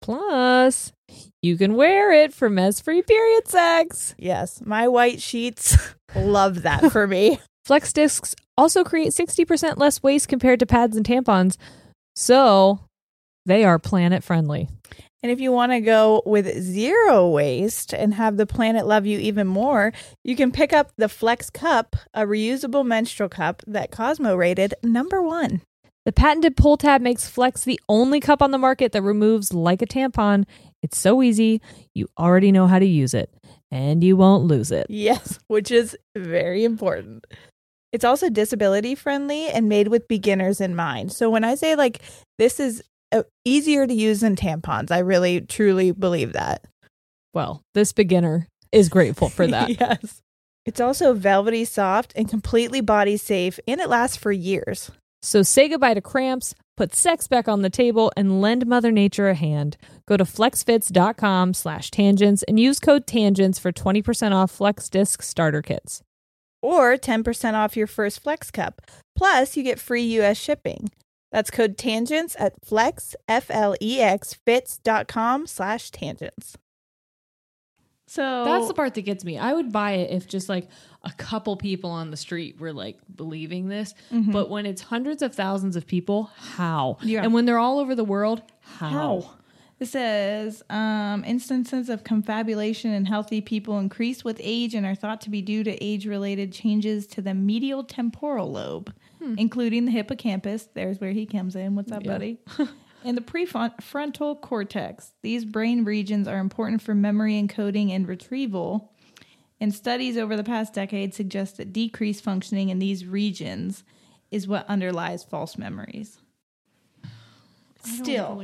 [SPEAKER 2] Plus, you can wear it for mess free period sex.
[SPEAKER 4] Yes, my white sheets (laughs) love that for me.
[SPEAKER 2] Flex discs also create 60% less waste compared to pads and tampons. So, they are planet friendly.
[SPEAKER 4] And if you want to go with zero waste and have the planet love you even more, you can pick up the Flex Cup, a reusable menstrual cup that Cosmo rated number one. (laughs)
[SPEAKER 2] The patented pull tab makes Flex the only cup on the market that removes like a tampon. It's so easy, you already know how to use it, and you won't lose it.
[SPEAKER 4] Yes, which is very important. It's also disability friendly and made with beginners in mind. So when I say like this is uh, easier to use than tampons, I really truly believe that.
[SPEAKER 2] Well, this beginner is grateful
[SPEAKER 4] (laughs)
[SPEAKER 2] for that.
[SPEAKER 4] yes. It's also velvety soft and completely body safe and it lasts for years.
[SPEAKER 2] So say goodbye to cramps, put sex back on the table, and lend Mother Nature a hand. Go to flexfits.com slash tangents and use code tangents for 20% off Flex Disc starter kits.
[SPEAKER 4] or 10% off your first Flex Cup. Plus, you get free US shipping. That's code tangents at flex, F L E X, fits.com slash tangents.
[SPEAKER 9] So
[SPEAKER 10] That's the part that gets me. I would buy it if just like a couple people on the street were like believing this. But when it's hundreds of thousands of people, how?
[SPEAKER 9] Mm-hmm. Yeah.
[SPEAKER 10] And when they're all over the world, how?
[SPEAKER 9] This says um, instances of confabulation in healthy people increase with age and are thought to be due to age related changes to the medial temporal lobe, including the hippocampus. There's where he comes in. What's up, buddy? and the prefrontal cortex. These brain regions are important for memory encoding and retrieval. And studies over the past decade suggest that decreased functioning in these regions is what underlies false memories. Still,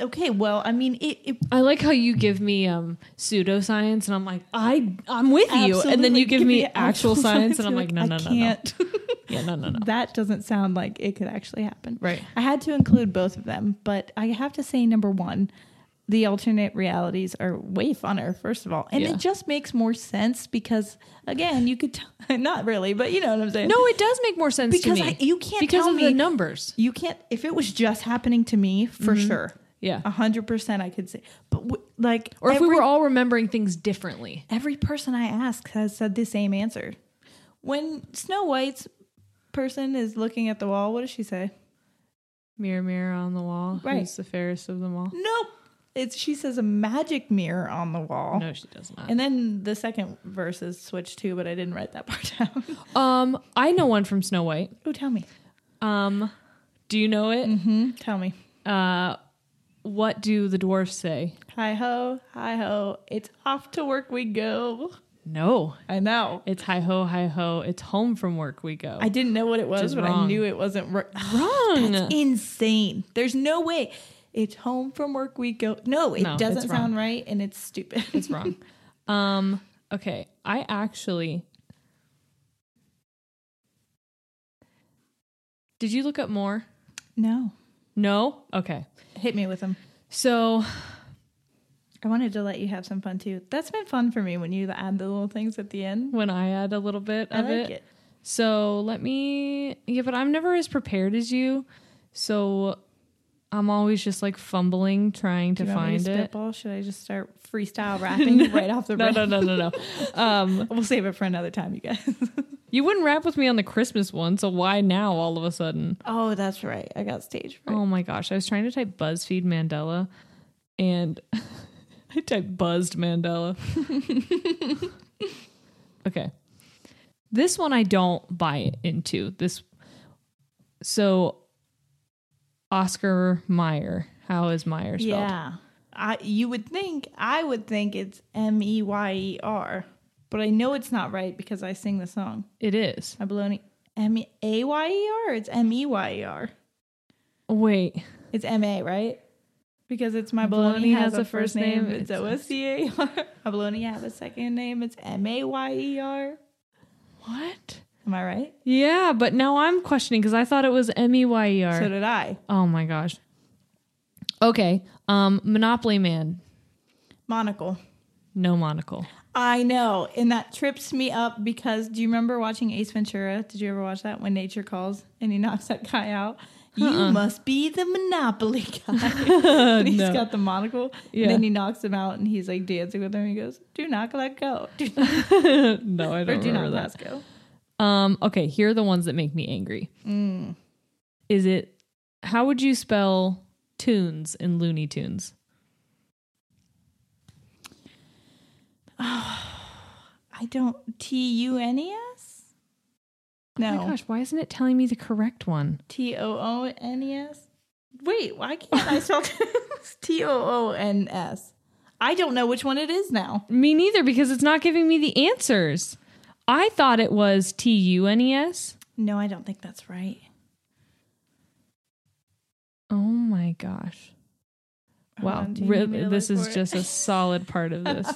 [SPEAKER 9] okay. Well, I mean, it, it
[SPEAKER 10] I like how you give me um pseudoscience and I'm like, I I'm with you. And then you
[SPEAKER 9] Absolutely.
[SPEAKER 10] give,
[SPEAKER 9] (laughs)
[SPEAKER 10] me actual science and I'm like, no,
[SPEAKER 9] I
[SPEAKER 10] no, no, (laughs) no.
[SPEAKER 9] can't.
[SPEAKER 10] Yeah, no, no, no.
[SPEAKER 9] (laughs) That doesn't sound like it could actually happen.
[SPEAKER 10] Right.
[SPEAKER 9] I had to include both of them, but I have to say, number one, the alternate realities are way funner, first of all. And
[SPEAKER 10] Yeah.
[SPEAKER 9] it just makes more sense because, again, you could, t- (laughs) not really, but you know what I'm saying.
[SPEAKER 10] No, it does make more sense
[SPEAKER 9] because
[SPEAKER 10] to me.
[SPEAKER 9] I, you can't
[SPEAKER 10] because
[SPEAKER 9] tell
[SPEAKER 10] of
[SPEAKER 9] me.
[SPEAKER 10] the numbers.
[SPEAKER 9] you can't, if it was just happening to me, for
[SPEAKER 10] Mm-hmm.
[SPEAKER 9] sure.
[SPEAKER 10] Yeah.
[SPEAKER 9] A hundred percent, I could say. But w- like,
[SPEAKER 10] Or if we
[SPEAKER 9] every-
[SPEAKER 10] were all remembering things differently.
[SPEAKER 9] every person I ask has said the same answer. When Snow White's person is looking at the wall, what does she say?
[SPEAKER 10] Mirror, mirror on the wall.
[SPEAKER 9] Right.
[SPEAKER 10] Who's the fairest of them all?
[SPEAKER 9] Nope. It's she says a magic mirror on the wall.
[SPEAKER 10] No, she does not.
[SPEAKER 9] And then the second verse is switched too, but I didn't write that (laughs) part down.
[SPEAKER 10] Um, I know one from Snow White.
[SPEAKER 9] oh, tell me.
[SPEAKER 10] Um, do you know it?
[SPEAKER 9] Hmm? Tell me.
[SPEAKER 10] Uh, what do the dwarfs say?
[SPEAKER 9] Hi ho, hi ho. It's off to work we go.
[SPEAKER 2] No,
[SPEAKER 4] I know.
[SPEAKER 2] it's hi ho, hi ho. It's home from work we go.
[SPEAKER 4] I didn't know what it was,
[SPEAKER 2] Just
[SPEAKER 4] but I
[SPEAKER 2] wrong.
[SPEAKER 4] knew it wasn't ri-
[SPEAKER 2] (laughs) Wrong.
[SPEAKER 4] That's insane. There's no way. It's home from work we go. No, it
[SPEAKER 2] No, it's
[SPEAKER 4] doesn't
[SPEAKER 2] wrong.
[SPEAKER 4] sound right, and it's stupid.
[SPEAKER 2] It's wrong. (laughs) um. Okay. I actually. Did you look up more?
[SPEAKER 4] (laughs) no,
[SPEAKER 2] No. Okay.
[SPEAKER 4] hit me with them.
[SPEAKER 2] So
[SPEAKER 4] I wanted to let you have some fun too. That's been fun for me when you add the little things at the end.
[SPEAKER 2] when I add a little bit
[SPEAKER 4] I
[SPEAKER 2] of
[SPEAKER 4] like it.
[SPEAKER 2] So let me. Yeah, but I'm never as prepared as you. So I'm always just like fumbling trying
[SPEAKER 4] Do
[SPEAKER 2] to
[SPEAKER 4] you want me
[SPEAKER 2] find
[SPEAKER 4] to
[SPEAKER 2] (laughs) it.
[SPEAKER 4] spitball? Should I just start freestyle rapping
[SPEAKER 2] (laughs)
[SPEAKER 4] right off the
[SPEAKER 2] No,
[SPEAKER 4] bat?
[SPEAKER 2] no, no, no, no. um,
[SPEAKER 4] (laughs) We'll save it for another time, you guys. (laughs)
[SPEAKER 2] you wouldn't rap with me on the Christmas one, so why now all of a sudden?
[SPEAKER 4] oh, that's right. I got stage fright.
[SPEAKER 2] Oh my gosh. I was trying to type BuzzFeed Mandela and (laughs) I typed
[SPEAKER 4] (laughs)
[SPEAKER 2] buzzed Mandela. okay. This one I don't buy into. This so Oscar Meyer. How is Meyer Oh, spelled?
[SPEAKER 4] yeah. I you would think I would think it's M E Y E R, but I know it's not right because I sing the song.
[SPEAKER 2] It is.
[SPEAKER 4] I baloney M A Y E R. It's M E Y E R.
[SPEAKER 2] Wait.
[SPEAKER 4] It's M A, right? Because it's my
[SPEAKER 2] Bologna
[SPEAKER 4] baloney has, a first name. It's O S C A E R. (laughs) My baloney has a second name. It's M A Y E R.
[SPEAKER 2] What?
[SPEAKER 4] Am I right?
[SPEAKER 2] Yeah, but now I'm questioning because I thought it was M E Y E R.
[SPEAKER 4] So did I.
[SPEAKER 2] oh my gosh. Okay. Um, Monopoly Man.
[SPEAKER 4] Monocle.
[SPEAKER 2] No monocle.
[SPEAKER 4] I know, and that trips me up because do you remember watching Ace Ventura? Did you ever watch that when nature calls and he knocks that guy out?
[SPEAKER 2] Uh-uh.
[SPEAKER 4] You must be the
[SPEAKER 2] (laughs)
[SPEAKER 4] Monopoly guy. (laughs) and he's got the monocle,
[SPEAKER 2] Yeah.
[SPEAKER 4] and then he knocks him out, and he's like dancing with him. He goes, "Do not let go, (laughs) do not,
[SPEAKER 2] No, I
[SPEAKER 4] or
[SPEAKER 2] don't
[SPEAKER 4] do not
[SPEAKER 2] remember
[SPEAKER 4] let go."
[SPEAKER 2] that. Um, okay, here are the ones that make me angry.
[SPEAKER 4] Mm.
[SPEAKER 2] Is it how would you spell tunes in Looney Tunes?
[SPEAKER 4] I don't T U N E S.
[SPEAKER 2] Oh
[SPEAKER 4] No,
[SPEAKER 2] my gosh, why isn't it telling me the correct one?
[SPEAKER 4] T O O N E S. Wait, why can't I
[SPEAKER 2] (laughs)
[SPEAKER 4] spell (laughs) T O O N S? I don't know which one it is now.
[SPEAKER 2] Me neither, because it's not giving me the answers. I thought it was T U N E S.
[SPEAKER 4] No, I don't think that's right.
[SPEAKER 2] Oh my gosh.
[SPEAKER 4] Hold
[SPEAKER 2] Wow.
[SPEAKER 4] on, do you
[SPEAKER 2] Re-
[SPEAKER 4] need me to
[SPEAKER 2] this
[SPEAKER 4] look
[SPEAKER 2] is
[SPEAKER 4] for it?
[SPEAKER 2] just a solid part
[SPEAKER 4] (laughs)
[SPEAKER 2] of this.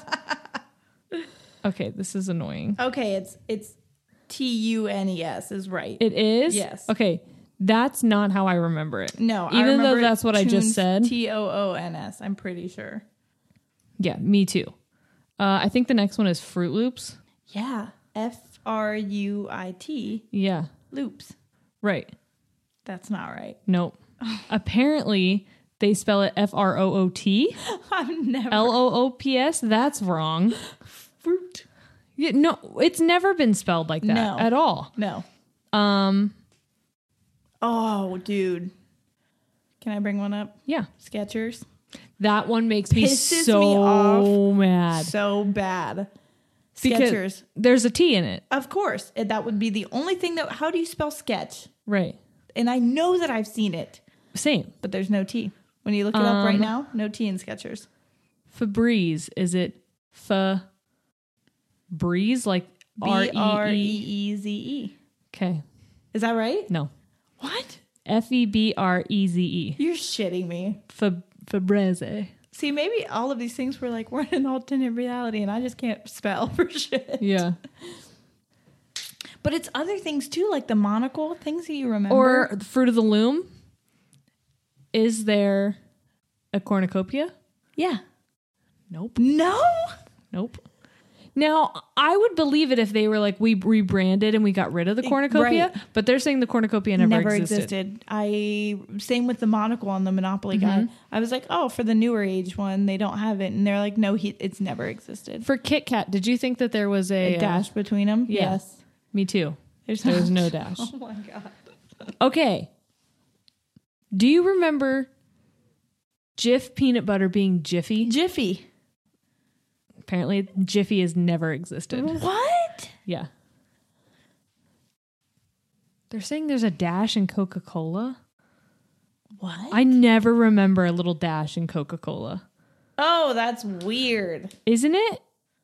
[SPEAKER 2] okay, this is annoying.
[SPEAKER 4] Okay, it's it's T U N E S is right.
[SPEAKER 2] It is?
[SPEAKER 4] Yes.
[SPEAKER 2] Okay. That's not how I remember it.
[SPEAKER 4] no, I
[SPEAKER 2] Even though
[SPEAKER 4] remember
[SPEAKER 2] that's what I
[SPEAKER 4] Toons,
[SPEAKER 2] just said.
[SPEAKER 4] T O O N S. I'm pretty sure.
[SPEAKER 2] yeah, me too. Uh, I think the next one is Fruit Loops.
[SPEAKER 4] Yeah, F R U I T
[SPEAKER 2] Yeah.
[SPEAKER 4] loops.
[SPEAKER 2] Right.
[SPEAKER 4] That's not right. (laughs) (sighs)
[SPEAKER 2] Nope. Apparently, they spell it F R O O T.
[SPEAKER 4] I'm never
[SPEAKER 2] L O O P S. That's wrong.
[SPEAKER 4] (laughs) fruit.
[SPEAKER 2] Yeah, no, it's never been spelled like that
[SPEAKER 4] No.
[SPEAKER 2] at all.
[SPEAKER 4] No.
[SPEAKER 2] Um,
[SPEAKER 4] Oh, dude. Can I bring one up?
[SPEAKER 2] yeah,
[SPEAKER 4] Skechers.
[SPEAKER 2] that one makes me
[SPEAKER 4] Pisses me
[SPEAKER 2] so
[SPEAKER 4] off.
[SPEAKER 2] mad.
[SPEAKER 4] So bad.
[SPEAKER 2] because
[SPEAKER 4] Skechers.
[SPEAKER 2] There's a T in it,
[SPEAKER 4] Of course. And That would be the only thing that how do you spell sketch?
[SPEAKER 2] right?
[SPEAKER 4] And I know that I've seen it,
[SPEAKER 2] Same.
[SPEAKER 4] but there's no T. When you look it up right now, no T in Skechers.
[SPEAKER 2] Febreze. Is it fa breeze like R
[SPEAKER 4] B R E
[SPEAKER 2] E E?
[SPEAKER 4] E Z E.
[SPEAKER 2] Okay,
[SPEAKER 4] Is that right?
[SPEAKER 2] no.
[SPEAKER 4] What?
[SPEAKER 2] F E B R E Z E.
[SPEAKER 4] You're shitting me.
[SPEAKER 2] Fe- Febreze.
[SPEAKER 4] See, maybe all of these things were like (laughs) we're in an alternate reality and I just can't spell (laughs) for shit.
[SPEAKER 2] Yeah.
[SPEAKER 4] But it's other things too, like the monocle, things that you remember.
[SPEAKER 2] Or the fruit of the loom. Is there a cornucopia?
[SPEAKER 4] yeah.
[SPEAKER 2] Nope.
[SPEAKER 4] No.
[SPEAKER 2] Nope. Now, I would believe it if they were like, we rebranded and we got rid of the cornucopia,
[SPEAKER 4] right.
[SPEAKER 2] but they're saying the cornucopia E, never, existed.
[SPEAKER 4] I same with the monocle on the Monopoly guy. I was like, oh, for the newer age one, they don't have it, and they're like, no, he, it's never existed.
[SPEAKER 2] For Kit Kat, did you think that there was a, uh,
[SPEAKER 4] A dash between them.
[SPEAKER 2] Yeah.
[SPEAKER 4] Yes.
[SPEAKER 2] me too.
[SPEAKER 4] There's,
[SPEAKER 2] There's no dash.
[SPEAKER 4] Oh my god.
[SPEAKER 2] Okay. Do you remember Jif peanut butter being Jiffy?
[SPEAKER 4] Jiffy.
[SPEAKER 2] Apparently, Jiffy has never existed.
[SPEAKER 4] What?
[SPEAKER 2] Yeah. They're saying there's a dash in Coca Cola.
[SPEAKER 4] What?
[SPEAKER 2] I never remember a little dash in Coca Cola.
[SPEAKER 4] oh, that's weird.
[SPEAKER 2] Isn't it?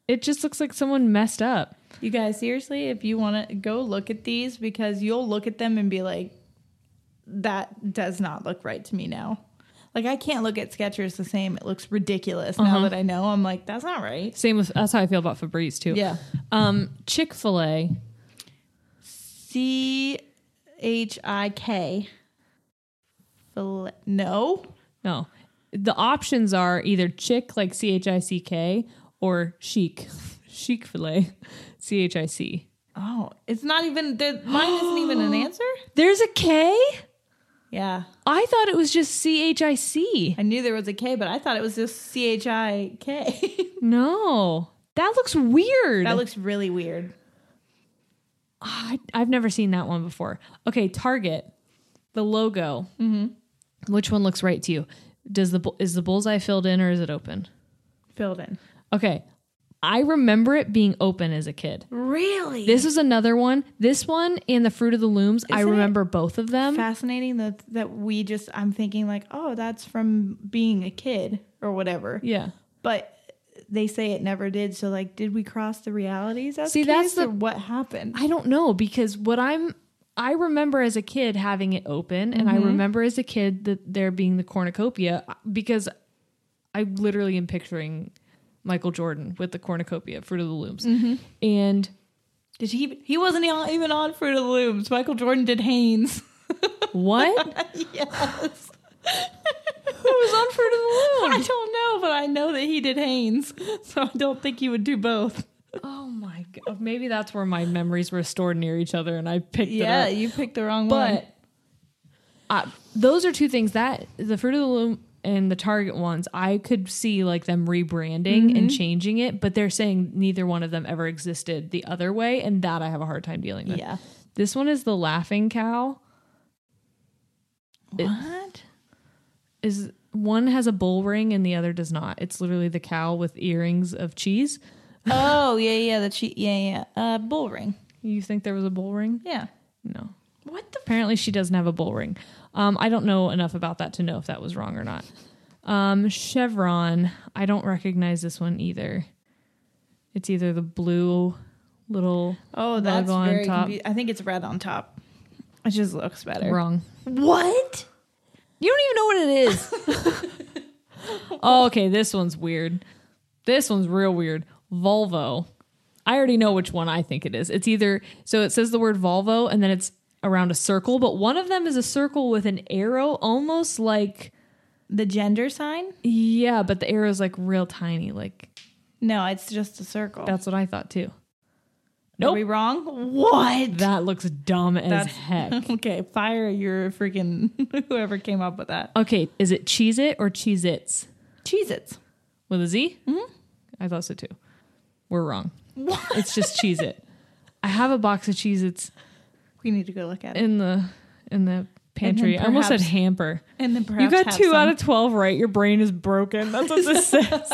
[SPEAKER 2] It just looks like someone messed up.
[SPEAKER 4] You guys, seriously, if you want to go look at these, because you'll look at them and be like, that does not look right to me now. Like, I can't look at Skechers the same. It looks ridiculous now that I know. I'm like, that's not right.
[SPEAKER 2] Same with that's how I feel about Febreze too.
[SPEAKER 4] Yeah.
[SPEAKER 2] Um, Chick Fil A.
[SPEAKER 4] C H I K. No.
[SPEAKER 2] No, the options are either Chick like C H I C K or Chic, (laughs) Chic Fil A, C H I C.
[SPEAKER 4] Oh, it's not even, there- mine isn't even an answer?
[SPEAKER 2] There's a K.
[SPEAKER 4] Yeah.
[SPEAKER 2] I thought it was just C H I C.
[SPEAKER 4] I knew there was a K, but I thought it was just C H I K. (laughs)
[SPEAKER 2] No, that looks weird. Ah,
[SPEAKER 4] That looks really weird.
[SPEAKER 2] I, I've never seen that one before. Okay, Target, the logo.
[SPEAKER 4] Mm-hmm.
[SPEAKER 2] Which one looks right to you? Does the bu- is the bullseye filled in or is it open?
[SPEAKER 4] Filled in.
[SPEAKER 2] Okay, I remember it being open as a kid.
[SPEAKER 4] Really?
[SPEAKER 2] This is another one. This one and the Fruit of the Looms. I
[SPEAKER 4] Isn't it
[SPEAKER 2] remember both of them.
[SPEAKER 4] fascinating that that we just I'm thinking like, oh, that's from being a kid or whatever.
[SPEAKER 2] yeah.
[SPEAKER 4] But they say it never did. So like, did we cross the realities? As
[SPEAKER 2] See, that's
[SPEAKER 4] kids,
[SPEAKER 2] the-
[SPEAKER 4] or what happened.
[SPEAKER 2] I don't know because what I'm I remember as a kid having it open and I
[SPEAKER 4] Mm-hmm.
[SPEAKER 2] remember as a kid that there being the cornucopia uh, because I literally am picturing Michael Jordan with the cornucopia Fruit of the Looms.
[SPEAKER 4] Mm-hmm.
[SPEAKER 2] And
[SPEAKER 4] Did he? He wasn't even- even on Fruit of the Looms. Michael Jordan did (laughs) Haynes.
[SPEAKER 2] what?
[SPEAKER 4] yes.
[SPEAKER 2] Who was on Fruit of
[SPEAKER 4] (laughs)
[SPEAKER 2] the
[SPEAKER 4] I
[SPEAKER 2] Looms?
[SPEAKER 4] don't know, but I know that he did Haynes, (laughs) so I don't think he would do both.
[SPEAKER 2] Oh my god. Maybe that's where my memories were stored near each other and I picked it
[SPEAKER 4] Yeah,
[SPEAKER 2] up.
[SPEAKER 4] you picked the wrong one.
[SPEAKER 2] but uh, those are two things that the fruit of the loom and the target ones i could see like them rebranding and changing it but they're saying neither one of them ever existed the other way and that i have a hard time dealing with
[SPEAKER 4] Yeah.
[SPEAKER 2] this one is the laughing cow
[SPEAKER 4] What?
[SPEAKER 2] is one has a bull ring and the other does not it's literally the cow with earrings of cheese
[SPEAKER 4] oh yeah, yeah. The cheat. Yeah, yeah. Uh, bull ring.
[SPEAKER 2] you think there was a bull ring
[SPEAKER 4] Yeah.
[SPEAKER 2] no what the apparently she doesn't have a bull ring um, i don't know enough about that to know if that was wrong or not Um, Chevron. I don't recognize this one either. It's either the blue little
[SPEAKER 4] Oh, that's
[SPEAKER 2] logo on
[SPEAKER 4] very.
[SPEAKER 2] top.
[SPEAKER 4] Confu- I think it's red on top. It just looks better.
[SPEAKER 2] wrong.
[SPEAKER 4] What?
[SPEAKER 2] You don't even know what it is. (laughs) oh, okay, this one's weird. This one's real weird. Volvo. I already know which one I think it is. It's either so it says the word Volvo and then it's around a circle, but one of them is a circle with an arrow almost like
[SPEAKER 4] The gender sign?
[SPEAKER 2] yeah, but the arrow's like real tiny. Like
[SPEAKER 4] No, it's just a circle.
[SPEAKER 2] that's what I thought too.
[SPEAKER 4] Are we
[SPEAKER 2] Nope.
[SPEAKER 4] wrong? What?
[SPEAKER 2] That looks dumb as
[SPEAKER 4] That's- (laughs)
[SPEAKER 2] heck.
[SPEAKER 4] okay, fire your freaking (laughs) whoever came up with that.
[SPEAKER 2] Okay, is it Cheez It or Cheez Its?
[SPEAKER 4] Cheez Its.
[SPEAKER 2] With a Z?
[SPEAKER 4] Mm-hmm.
[SPEAKER 2] I thought so too. We're wrong. It's just
[SPEAKER 4] (laughs)
[SPEAKER 2] Cheez It. I have a box of Cheez Its
[SPEAKER 4] We need to go look at it.
[SPEAKER 2] in the in the pantry. I almost said
[SPEAKER 4] perhaps-
[SPEAKER 2] hamper.
[SPEAKER 4] And then perhaps
[SPEAKER 2] You got
[SPEAKER 4] have
[SPEAKER 2] two out
[SPEAKER 4] some.
[SPEAKER 2] of twelve right. Your brain is broken. That's what this says.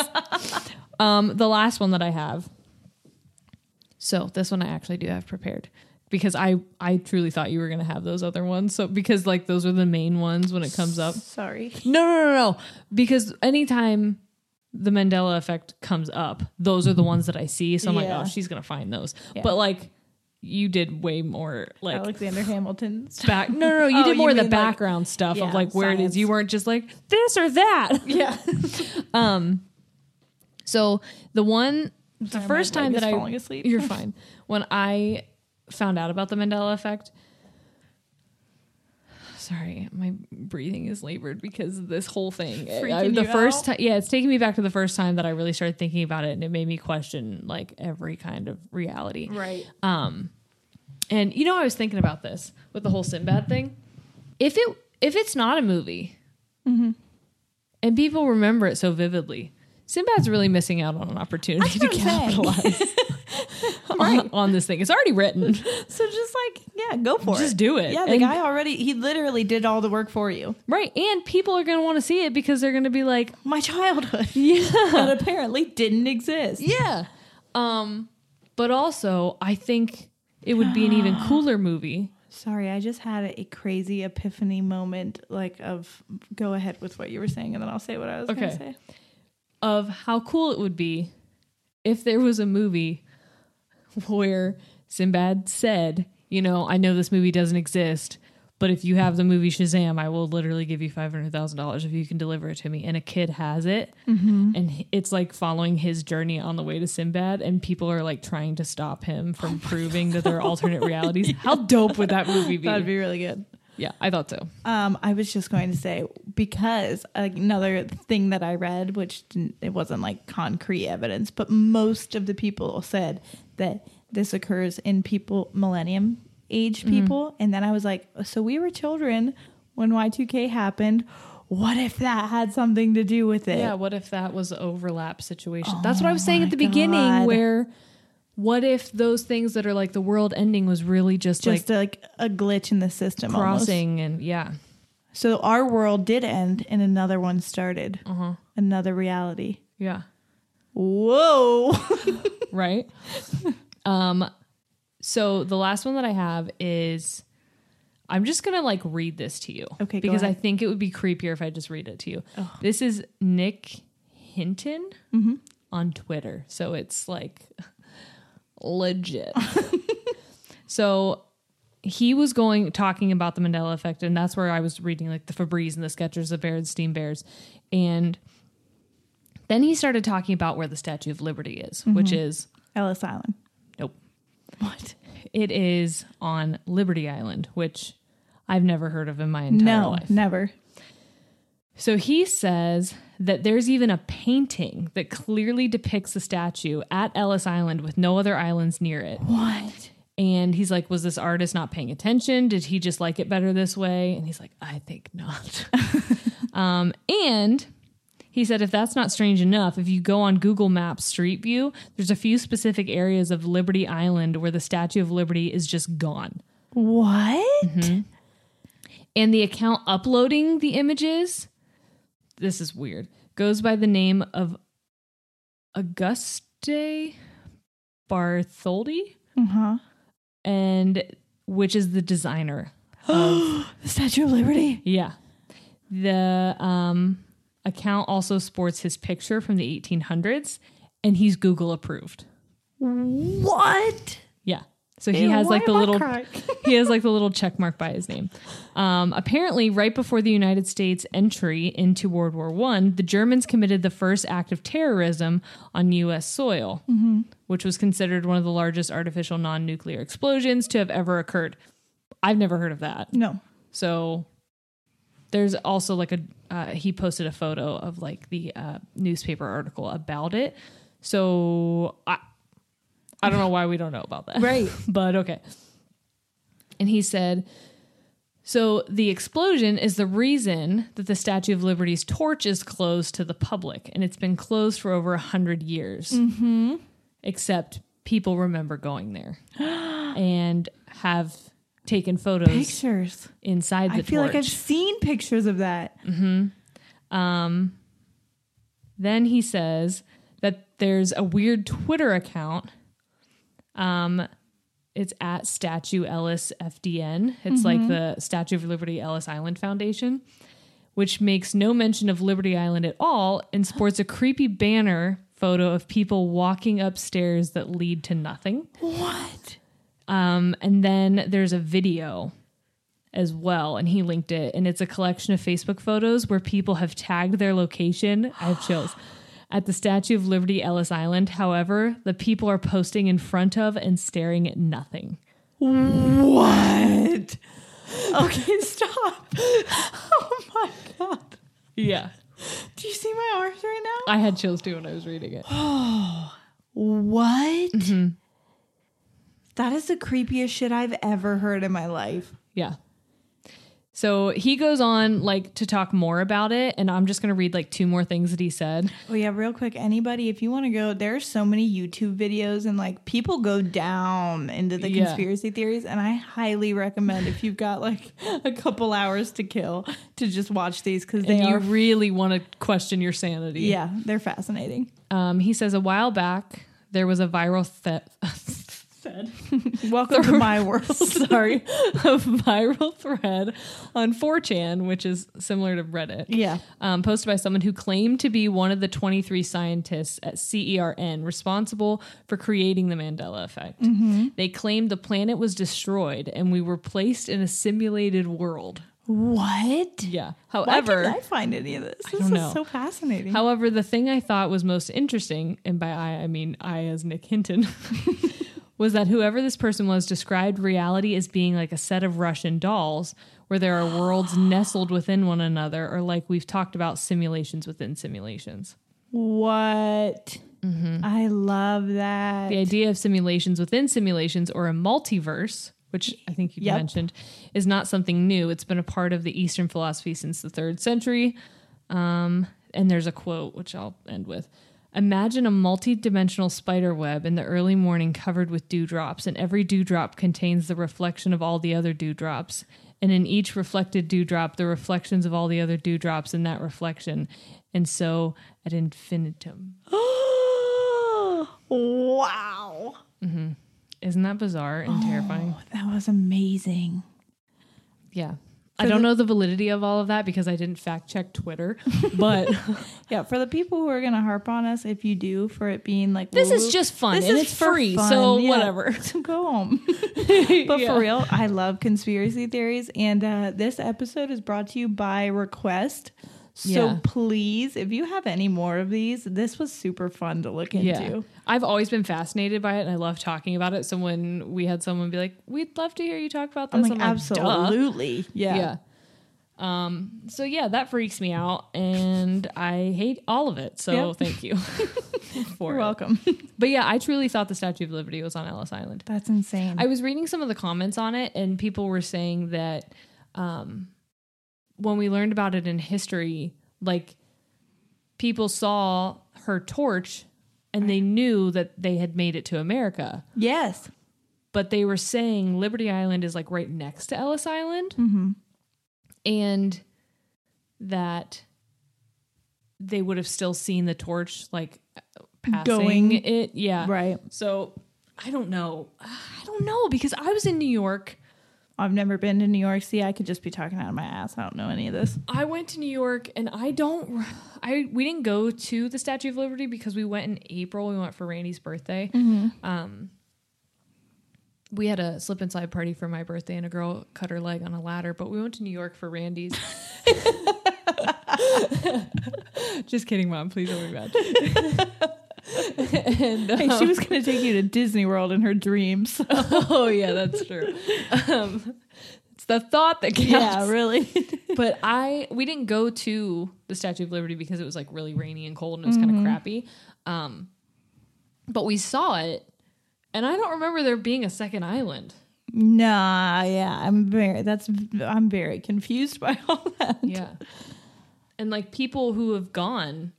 [SPEAKER 2] Um, the last one that I have. So this one I actually do have prepared because I I truly thought you were gonna have those other ones. So because like those are the main ones when it comes up.
[SPEAKER 4] Sorry.
[SPEAKER 2] No, no, no, no. Because anytime the Mandela effect comes up, those are the ones that I see. So I'm
[SPEAKER 4] Yeah.
[SPEAKER 2] like, oh, she's gonna find those. But like, you did way more like
[SPEAKER 4] (laughs) Alexander Hamilton's.
[SPEAKER 2] back. No, no, no. You
[SPEAKER 4] (laughs) Oh,
[SPEAKER 2] did
[SPEAKER 4] you
[SPEAKER 2] more of the
[SPEAKER 4] mean, like,
[SPEAKER 2] background stuff
[SPEAKER 4] yeah,
[SPEAKER 2] of like where it
[SPEAKER 4] science.
[SPEAKER 2] is. You weren't just like this or that.
[SPEAKER 4] (laughs)
[SPEAKER 2] Um,
[SPEAKER 4] Yeah.
[SPEAKER 2] (laughs) So the one, the first
[SPEAKER 4] leg
[SPEAKER 2] time
[SPEAKER 4] is
[SPEAKER 2] that I
[SPEAKER 4] falling asleep.
[SPEAKER 2] you're fine. When I found out about the Mandela effect, sorry, my breathing is labored because of this whole thing. I-
[SPEAKER 4] Freaking
[SPEAKER 2] the
[SPEAKER 4] you
[SPEAKER 2] first
[SPEAKER 4] out?
[SPEAKER 2] time, yeah, it's taking me back to the first time that I really started thinking about it, and it made me question like every kind of reality.
[SPEAKER 4] Right.
[SPEAKER 2] Um, And you know, I was thinking about this with the whole Sinbad thing. If it if it's not a movie,
[SPEAKER 4] Mm-hmm.
[SPEAKER 2] and people remember it so vividly, Sinbad's really missing out on an opportunity to
[SPEAKER 4] That's what I'm (laughs)
[SPEAKER 2] capitalize on, on this thing. It's already written.
[SPEAKER 4] So just like, yeah, go for it.
[SPEAKER 2] Just do it.
[SPEAKER 4] Yeah, the
[SPEAKER 2] And-
[SPEAKER 4] guy already, he literally did all the work for you.
[SPEAKER 2] Right. And people are going to want to see it because they're going to be like,
[SPEAKER 4] My childhood. (laughs) Yeah. that apparently didn't exist.
[SPEAKER 2] yeah. Um, but also, I think it would be an even cooler movie.
[SPEAKER 4] Sorry, I just had a crazy epiphany moment, like of go ahead with what you were saying, and then I'll say what I was going
[SPEAKER 2] Okay.
[SPEAKER 4] to say.
[SPEAKER 2] of how cool it would be if there was a movie where Sinbad said, you know, I know this movie doesn't exist, but if you have the movie Shazam, I will literally give you $500,000 if you can deliver it to me. And a kid has it. And h- it's like following his journey on the way to Sinbad. And people are like trying to stop him from proving that there are alternate realities. How dope would that movie be?
[SPEAKER 4] That'd be really good.
[SPEAKER 2] yeah, I thought so.
[SPEAKER 4] Um, I was just going to say because another thing that I read, which didn't, it wasn't like concrete evidence, but most of the people said that this occurs in people millennium age
[SPEAKER 2] Mm-hmm.
[SPEAKER 4] people, and then I was like, so we were children when Y two K happened. What if that had something to do with it?
[SPEAKER 2] Yeah, what if that was an overlap situation? That's what I was saying at the
[SPEAKER 4] Oh my
[SPEAKER 2] beginning
[SPEAKER 4] God.
[SPEAKER 2] where what if those things that are like the world ending was really just,
[SPEAKER 4] just
[SPEAKER 2] like
[SPEAKER 4] like, a glitch in the system. almost.
[SPEAKER 2] crossing and yeah.
[SPEAKER 4] So our world did end, and another one started.
[SPEAKER 2] Uh-huh.
[SPEAKER 4] Another reality.
[SPEAKER 2] Yeah.
[SPEAKER 4] Whoa. (laughs)
[SPEAKER 2] Right? (laughs) um so the last one that I have is I'm just going to like read this to you.
[SPEAKER 4] Okay, go
[SPEAKER 2] Because I
[SPEAKER 4] ahead.
[SPEAKER 2] think it would be creepier if I just read it to you. This is Nick Hinton
[SPEAKER 4] Mm-hmm.
[SPEAKER 2] on Twitter. So it's like (laughs)
[SPEAKER 4] (laughs)
[SPEAKER 2] legit. so he was going talking about the Mandela effect, and that's where I was reading like the Febreze and the Skechers, the Berenstain Bears, and then he started talking about where the Statue of Liberty is, which
[SPEAKER 4] Mm-hmm.
[SPEAKER 2] is
[SPEAKER 4] Ellis Island.
[SPEAKER 2] Nope. What? It is on Liberty Island, which I've never heard of in my entire
[SPEAKER 4] No,
[SPEAKER 2] life.
[SPEAKER 4] never.
[SPEAKER 2] So he says that there's even a painting that clearly depicts the statue at Ellis Island with no other islands near it.
[SPEAKER 4] What?
[SPEAKER 2] And he's like, Was this artist not paying attention? Did he just like it better this way? And he's like, I think
[SPEAKER 4] (laughs)
[SPEAKER 2] not. um, and he said, If that's not strange enough, if you go on Google Maps Street View, there's a few specific areas of Liberty Island where the Statue of Liberty is just gone.
[SPEAKER 4] What?
[SPEAKER 2] And the account uploading the images, this is weird, goes by the name of Auguste Bartholdi.
[SPEAKER 4] Uh huh.
[SPEAKER 2] and which is the designer.
[SPEAKER 4] The Statue of Liberty.
[SPEAKER 2] Yeah. The um, account also sports his picture from the 1800s and he's Google approved.
[SPEAKER 4] What?
[SPEAKER 2] Yeah. So he has like the little he has like the little check mark by his name. Um, apparently, right before the United States entry into World War One, the Germans committed the first act of terrorism on U.S. soil, which was considered one of the largest artificial non-nuclear explosions to have ever occurred. I've never heard of that.
[SPEAKER 4] No.
[SPEAKER 2] So there's also like a uh, he posted a photo of like the uh, newspaper article about it. So I I don't know why we don't know about that. Right. (laughs) but okay. And he said so the explosion is the reason that the Statue of Liberty's torch is closed to the public and it's been closed for over a 100 years. Mhm. Except people remember going there (gasps) and have taken photos
[SPEAKER 4] Pictures.
[SPEAKER 2] inside the
[SPEAKER 4] I feel like I've
[SPEAKER 2] torch.
[SPEAKER 4] seen pictures of that.
[SPEAKER 2] then he says that there's a weird Twitter account. Um, it's at Statue Ellis FDN. It's like
[SPEAKER 4] Mm-hmm.
[SPEAKER 2] the Statue of Liberty Ellis Island Foundation, which makes no mention of Liberty Island at all and sports a creepy banner photo of people walking upstairs that lead to nothing.
[SPEAKER 4] What?
[SPEAKER 2] Um, and then there's a video as well, and he linked it, and it's a collection of Facebook photos where people have tagged
[SPEAKER 4] (sighs)
[SPEAKER 2] their location. I have chills. At the Statue of Liberty, Ellis Island, however, the people are posting in front of and staring at nothing.
[SPEAKER 4] What? Okay, (laughs) stop. Oh my god.
[SPEAKER 2] Yeah.
[SPEAKER 4] Do you see my arms right now?
[SPEAKER 2] I had chills too when I was reading it.
[SPEAKER 4] What?
[SPEAKER 2] Mm-hmm.
[SPEAKER 4] That is the creepiest shit I've ever heard in my life.
[SPEAKER 2] Yeah. So he goes on like to talk more about it, and I'm just gonna read like two more things that he said.
[SPEAKER 4] Oh yeah, real quick, anybody, if you want to go, there are so many YouTube videos and like people go down into the
[SPEAKER 2] Yeah.
[SPEAKER 4] conspiracy theories, and I highly recommend if you've got like (laughs) a couple hours to kill to just watch these because they
[SPEAKER 2] And you
[SPEAKER 4] are
[SPEAKER 2] really want to question your sanity.
[SPEAKER 4] yeah,
[SPEAKER 2] (laughs)
[SPEAKER 4] they're fascinating.
[SPEAKER 2] Um, he says (laughs) a while back there was a viral theft. thread.
[SPEAKER 4] Welcome to
[SPEAKER 2] (laughs)
[SPEAKER 4] my world. (laughs)
[SPEAKER 2] Sorry, a viral thread on 4chan, which is similar to Reddit.
[SPEAKER 4] Yeah.
[SPEAKER 2] Um, posted by someone who claimed to be one of the 23 scientists at CERN responsible for creating the Mandela effect.
[SPEAKER 4] Mm-hmm.
[SPEAKER 2] They claimed the planet was destroyed and we were placed in a simulated world.
[SPEAKER 4] What?
[SPEAKER 2] Yeah.
[SPEAKER 4] Why
[SPEAKER 2] However,
[SPEAKER 4] did I find any of this? This
[SPEAKER 2] don't
[SPEAKER 4] is
[SPEAKER 2] know.
[SPEAKER 4] so fascinating.
[SPEAKER 2] However, the thing I thought was most interesting, and by I, I mean I as Nick Hinton, (laughs) was that whoever this person was described reality as being like a set of Russian dolls where there are worlds nestled within one another, or like we've talked about, simulations within simulations.
[SPEAKER 4] what?
[SPEAKER 2] Mm-hmm.
[SPEAKER 4] I love that.
[SPEAKER 2] The idea of simulations within simulations or a multiverse, which I think you
[SPEAKER 4] Yep.
[SPEAKER 2] mentioned, is not something new. It's been a part of the Eastern philosophy since the third century. Um, and there's a quote, which I'll end with. Imagine a multi-dimensional spider web in the early morning covered with dewdrops, and every dewdrop contains the reflection of all the other dewdrops. And in each reflected dewdrop, the reflections of all the other dewdrops in that reflection. And so at infinitum.
[SPEAKER 4] (gasps) wow.
[SPEAKER 2] Isn't that bizarre and terrifying?
[SPEAKER 4] That was amazing.
[SPEAKER 2] Yeah. I don't know the validity of all of that because I didn't fact check Twitter,
[SPEAKER 4] (laughs)
[SPEAKER 2] but
[SPEAKER 4] Yeah, for the people who are going to harp on us, if you do, for it being like
[SPEAKER 2] this
[SPEAKER 4] woo-woo,
[SPEAKER 2] is just fun
[SPEAKER 4] this
[SPEAKER 2] and
[SPEAKER 4] is
[SPEAKER 2] it's
[SPEAKER 4] for
[SPEAKER 2] free,
[SPEAKER 4] fun,
[SPEAKER 2] so
[SPEAKER 4] yeah.
[SPEAKER 2] whatever.
[SPEAKER 4] (laughs) So go
[SPEAKER 2] (laughs)
[SPEAKER 4] home. but for real, I love conspiracy theories, and uh, this episode is brought to you by request. So
[SPEAKER 2] Yeah.
[SPEAKER 4] please, if you have any more of these, this was super fun to look into.
[SPEAKER 2] Yeah. I've always been fascinated by it and I love talking about it. So when we had someone be like, we'd love to hear you talk about this,
[SPEAKER 4] I'm like, absolutely, yeah.
[SPEAKER 2] Yeah. Um, so yeah, that freaks me out and I hate all of it. So
[SPEAKER 4] Yeah. (laughs)
[SPEAKER 2] thank you. (laughs) for
[SPEAKER 4] You're
[SPEAKER 2] it.
[SPEAKER 4] welcome. (laughs)
[SPEAKER 2] But yeah, I truly thought the Statue of Liberty was on Ellis Island.
[SPEAKER 4] That's insane.
[SPEAKER 2] I was reading some of the comments on it, and people were saying that um, when we learned about it in history, like people saw her torch and they knew that they had made it to America.
[SPEAKER 4] yes,
[SPEAKER 2] But they were saying Liberty Island is like right next to Ellis Island,
[SPEAKER 4] Mm-hmm.
[SPEAKER 2] and that they would have still seen the torch like passing
[SPEAKER 4] Going.
[SPEAKER 2] it. Yeah.
[SPEAKER 4] right.
[SPEAKER 2] So I don't know. I don't know because I was in New York.
[SPEAKER 4] I've never been to New York. See, I could just be talking out of my ass. I don't know any of this.
[SPEAKER 2] (laughs) I went to New York and I don't I we didn't go to the Statue of Liberty because we went in April. We went for Randy's birthday. Um we had a slip and slide party for my birthday and a girl cut her leg on a ladder, but we went to New York for Randy's. (laughs) Just kidding, mom. Please don't be mad. and,
[SPEAKER 4] Hey, she
[SPEAKER 2] um,
[SPEAKER 4] was going to take you to Disney World in her dreams.
[SPEAKER 2] (laughs)
[SPEAKER 4] (laughs)
[SPEAKER 2] oh yeah, that's true. Um, it's the thought that counts.
[SPEAKER 4] really.
[SPEAKER 2] but I we didn't go to the Statue of Liberty because it was like really rainy and cold and it was kind of crappy. Um, but we saw it, and I don't remember there being a second island.
[SPEAKER 4] nah, yeah, I'm very. That's I'm very confused (laughs) by all that.
[SPEAKER 2] Yeah, (laughs) and like people who have gone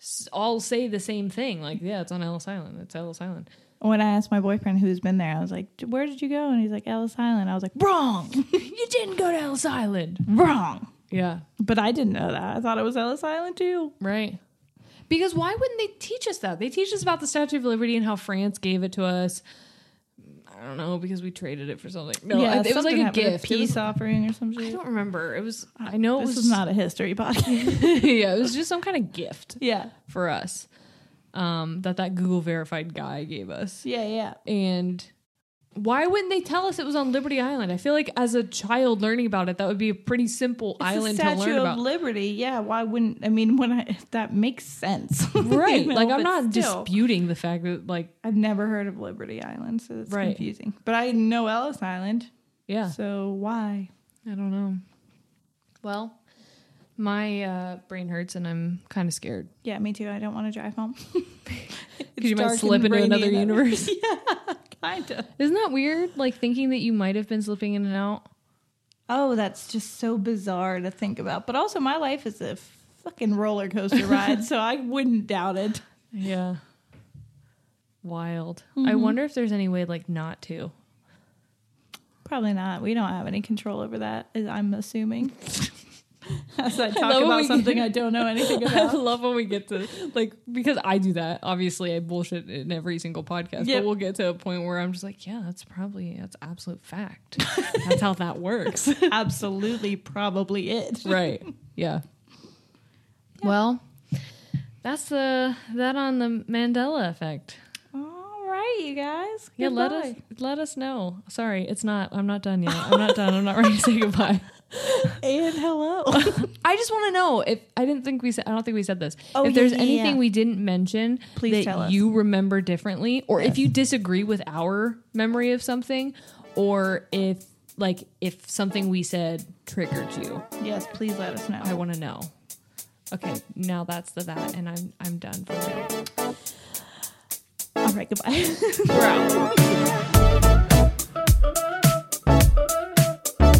[SPEAKER 2] s- all say the same thing. Like, yeah, it's on Ellis Island. It's Ellis Island.
[SPEAKER 4] When I asked my boyfriend who's been there, I was like, "Where did you go?" And he's like, "Ellis Island." I was like, "Wrong, (laughs)
[SPEAKER 2] You didn't go to Ellis Island.
[SPEAKER 4] wrong."
[SPEAKER 2] Yeah,
[SPEAKER 4] But I didn't know that. I thought it was Ellis Island too.
[SPEAKER 2] right. Because why wouldn't they teach us that? They teach us about the Statue of Liberty and how France gave it to us. I don't know because we traded it for something. No, I- it was like
[SPEAKER 4] something
[SPEAKER 2] a
[SPEAKER 4] happened,
[SPEAKER 2] gift. It was-
[SPEAKER 4] peace offering or some
[SPEAKER 2] I
[SPEAKER 4] shit.
[SPEAKER 2] don't remember. It was. I know it
[SPEAKER 4] This
[SPEAKER 2] was,
[SPEAKER 4] is
[SPEAKER 2] (laughs)
[SPEAKER 4] not a history (laughs) podcast.
[SPEAKER 2] yeah, it was just some kind of gift
[SPEAKER 4] yeah,
[SPEAKER 2] for us um, that that Google verified guy gave us.
[SPEAKER 4] yeah, yeah.
[SPEAKER 2] And why wouldn't they tell us it was on Liberty Island? I feel like as a child learning about it, that would be a pretty simple
[SPEAKER 4] It's
[SPEAKER 2] island
[SPEAKER 4] the
[SPEAKER 2] to
[SPEAKER 4] Statue
[SPEAKER 2] learn
[SPEAKER 4] of
[SPEAKER 2] about.
[SPEAKER 4] Liberty. Yeah, why wouldn't I mean when I that makes sense. (laughs) You
[SPEAKER 2] right?
[SPEAKER 4] know,
[SPEAKER 2] like I'm
[SPEAKER 4] but
[SPEAKER 2] not
[SPEAKER 4] still.
[SPEAKER 2] disputing the fact that like
[SPEAKER 4] I've never heard of Liberty Island, so it's
[SPEAKER 2] Right.
[SPEAKER 4] confusing. But I know Ellis Island,
[SPEAKER 2] yeah.
[SPEAKER 4] so why?
[SPEAKER 2] I don't know. Well, my uh, brain hurts and I'm kind of scared.
[SPEAKER 4] Yeah, me too. I don't want to drive home. (laughs)
[SPEAKER 2] Because you might
[SPEAKER 4] dark
[SPEAKER 2] slip
[SPEAKER 4] and
[SPEAKER 2] into
[SPEAKER 4] rainy
[SPEAKER 2] another
[SPEAKER 4] and-
[SPEAKER 2] universe.
[SPEAKER 4] (laughs) kind of.
[SPEAKER 2] Isn't that weird? Like thinking that you might have been slipping in and out.
[SPEAKER 4] Oh, that's just so bizarre to think about. But also, my life is a fucking roller coaster ride, so I wouldn't doubt it.
[SPEAKER 2] Yeah. Mm-hmm. Wild. I wonder if there's any way like not (laughs) to.
[SPEAKER 4] (laughs) Probably not. We don't have any control over that. is- I'm assuming. as I
[SPEAKER 2] love
[SPEAKER 4] talk
[SPEAKER 2] when
[SPEAKER 4] about
[SPEAKER 2] we-
[SPEAKER 4] something (laughs) I don't know anything
[SPEAKER 2] I
[SPEAKER 4] about.
[SPEAKER 2] love when we get to like because I do that. Obviously, I bullshit in every single podcast,
[SPEAKER 4] Yep.
[SPEAKER 2] but we'll get to a point where I'm just like, yeah, that's probably that's absolute fact. (laughs) that's how that works,
[SPEAKER 4] Absolutely, probably it.
[SPEAKER 2] right? Yeah. Well, that's the that on the Mandela effect.
[SPEAKER 4] All right, you guys.
[SPEAKER 2] Yeah, let us let us know. Sorry, it's not. I'm not done yet. I'm not done. I'm not (laughs) ready to say goodbye.
[SPEAKER 4] And hello. (laughs)
[SPEAKER 2] I just want to know if I didn't think we said. I don't think we said this.
[SPEAKER 11] Oh,
[SPEAKER 2] if there's
[SPEAKER 11] yeah, yeah,
[SPEAKER 2] anything
[SPEAKER 11] yeah.
[SPEAKER 2] we didn't mention
[SPEAKER 11] Please
[SPEAKER 2] that
[SPEAKER 11] tell us.
[SPEAKER 2] you remember differently, or if you disagree with our memory of something, or if like if something we said triggered you,
[SPEAKER 4] yes, please let us know.
[SPEAKER 2] I want to know. Okay, now that's the that, and I'm I'm done for now.
[SPEAKER 4] All right, goodbye. (laughs)